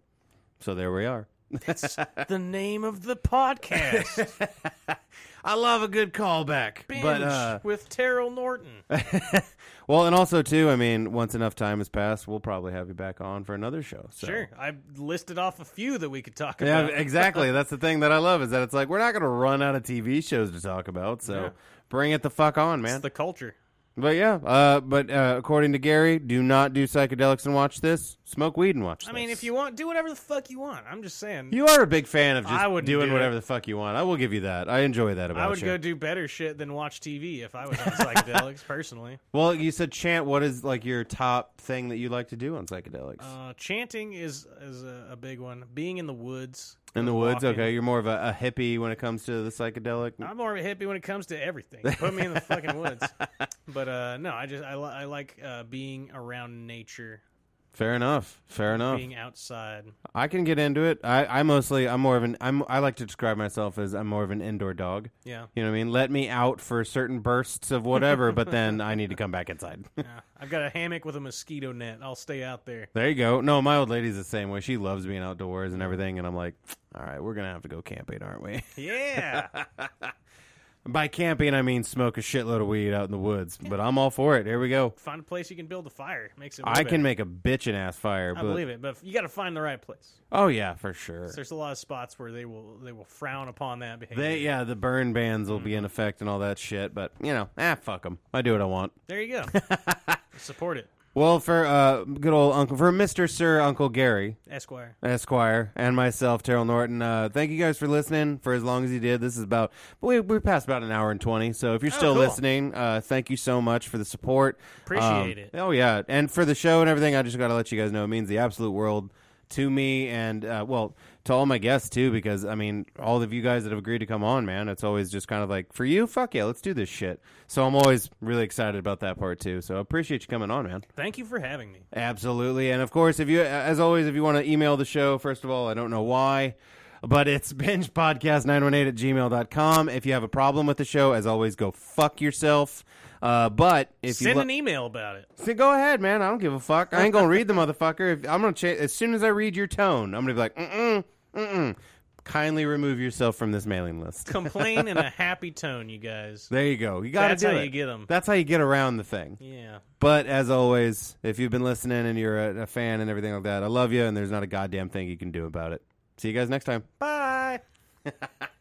So there we are.
That's the name of the podcast.
I love a good callback.
Binge
But, uh,
with Terrell Norton.
well, and also, too, I mean, once enough time has passed, we'll probably have you back on for another show. So.
Sure, I listed off a few that we could talk
Yeah,
about.
exactly. That's the thing that I love is that it's like we're not going to run out of TV shows to talk about. So
Yeah.
bring it the fuck on, man.
It's the culture.
But yeah, uh, but uh, according to Gary, do not do psychedelics and watch this. Smoke weed and watch.
I mean,
this.
if you want, do whatever the fuck you want. I'm just saying.
you are a big fan of just
I wouldn't
doing
do
whatever
it.
the fuck you want, I will give you that. I enjoy that about
I would
you.
go do better shit than watch TV if I was on psychedelics personally.
well, you said chant. What is like your top thing that you like to do on psychedelics?
Uh, chanting is is a, a big one. Being in the woods.
in the woods,
walking.
okay. You're more of a, a hippie when it comes to the psychedelic.
I'm more of a hippie when it comes to everything. Put me in the fucking woods. But uh, no, I just I, li- I like uh, being around nature,
Fair enough. Fair enough.
being outside.
I can get into it. I, I mostly I'm more of an I'm I like to describe myself as I'm more of an indoor dog.
Yeah.
You know what I mean? Let me out for certain bursts of whatever, but then I need to come back inside.
yeah. I've got a hammock with a mosquito net. I'll stay out there.
There you go. No, my old lady's the same way. She loves being outdoors and everything. And I'm like, all right, we're going to have to go camping, aren't we?
Yeah.
By camping, I mean smoke a shitload of weed out in the woods. But I'm all for it. Here we go.
find a place you can build a fire. Makes it. way
I can
better.
make a bitchin' ass fire.
I
But,
believe it, but you got to find the right place.
Oh, yeah, for sure.
There's a lot of spots where they will they will frown upon that behavior.
They, yeah, the burn bans will
Mm-hmm.
be in effect and all that shit. But, you know, ah, fuck them. I do what I want.
There you go. Support it,
Well, for uh, good old uncle, for Mr. Sir Uncle Gary,
Esquire.
Esquire and myself, Terrell Norton. Uh, thank you guys for listening for as long as you did. This is about we we passed about an hour and twenty. So if you're still
Oh, cool.
listening, uh, thank you so much for the support.
Appreciate it.
Oh yeah, and for the show and everything, I just got to let you guys know it means the absolute world to me and uh, well to all my guests too because i mean all of you guys that have agreed to come on man it's always just kind of like for you fuck yeah let's do this shit so i'm always really excited about that part too so I appreciate you coming on man
Thank you for having me.
Absolutely. And of course, if you, as always, if you want to email the show, first of all, I don't know why, but it's bingepodcast918 at gmail.com. If you have a problem with the show, as always, go fuck yourself. Uh, but if you
Send
lo-
an e- email about it.
See, go ahead, man. I don't give a fuck. I ain't gonna read the motherfucker. If, I'm gonna cha- as soon as I read your tone, I'm gonna be like, mm mm mm mm. Kindly remove yourself from this mailing list.
Complain in a happy tone, you guys.
There you go. You gotta
That's
do
how
it.
you get 'em.
That's how you get around the thing.
Yeah.
But as always, if you've been listening and you're a, a fan and everything like that, I love you, and there's not a goddamn thing you can do about it. See you guys next time.
Bye.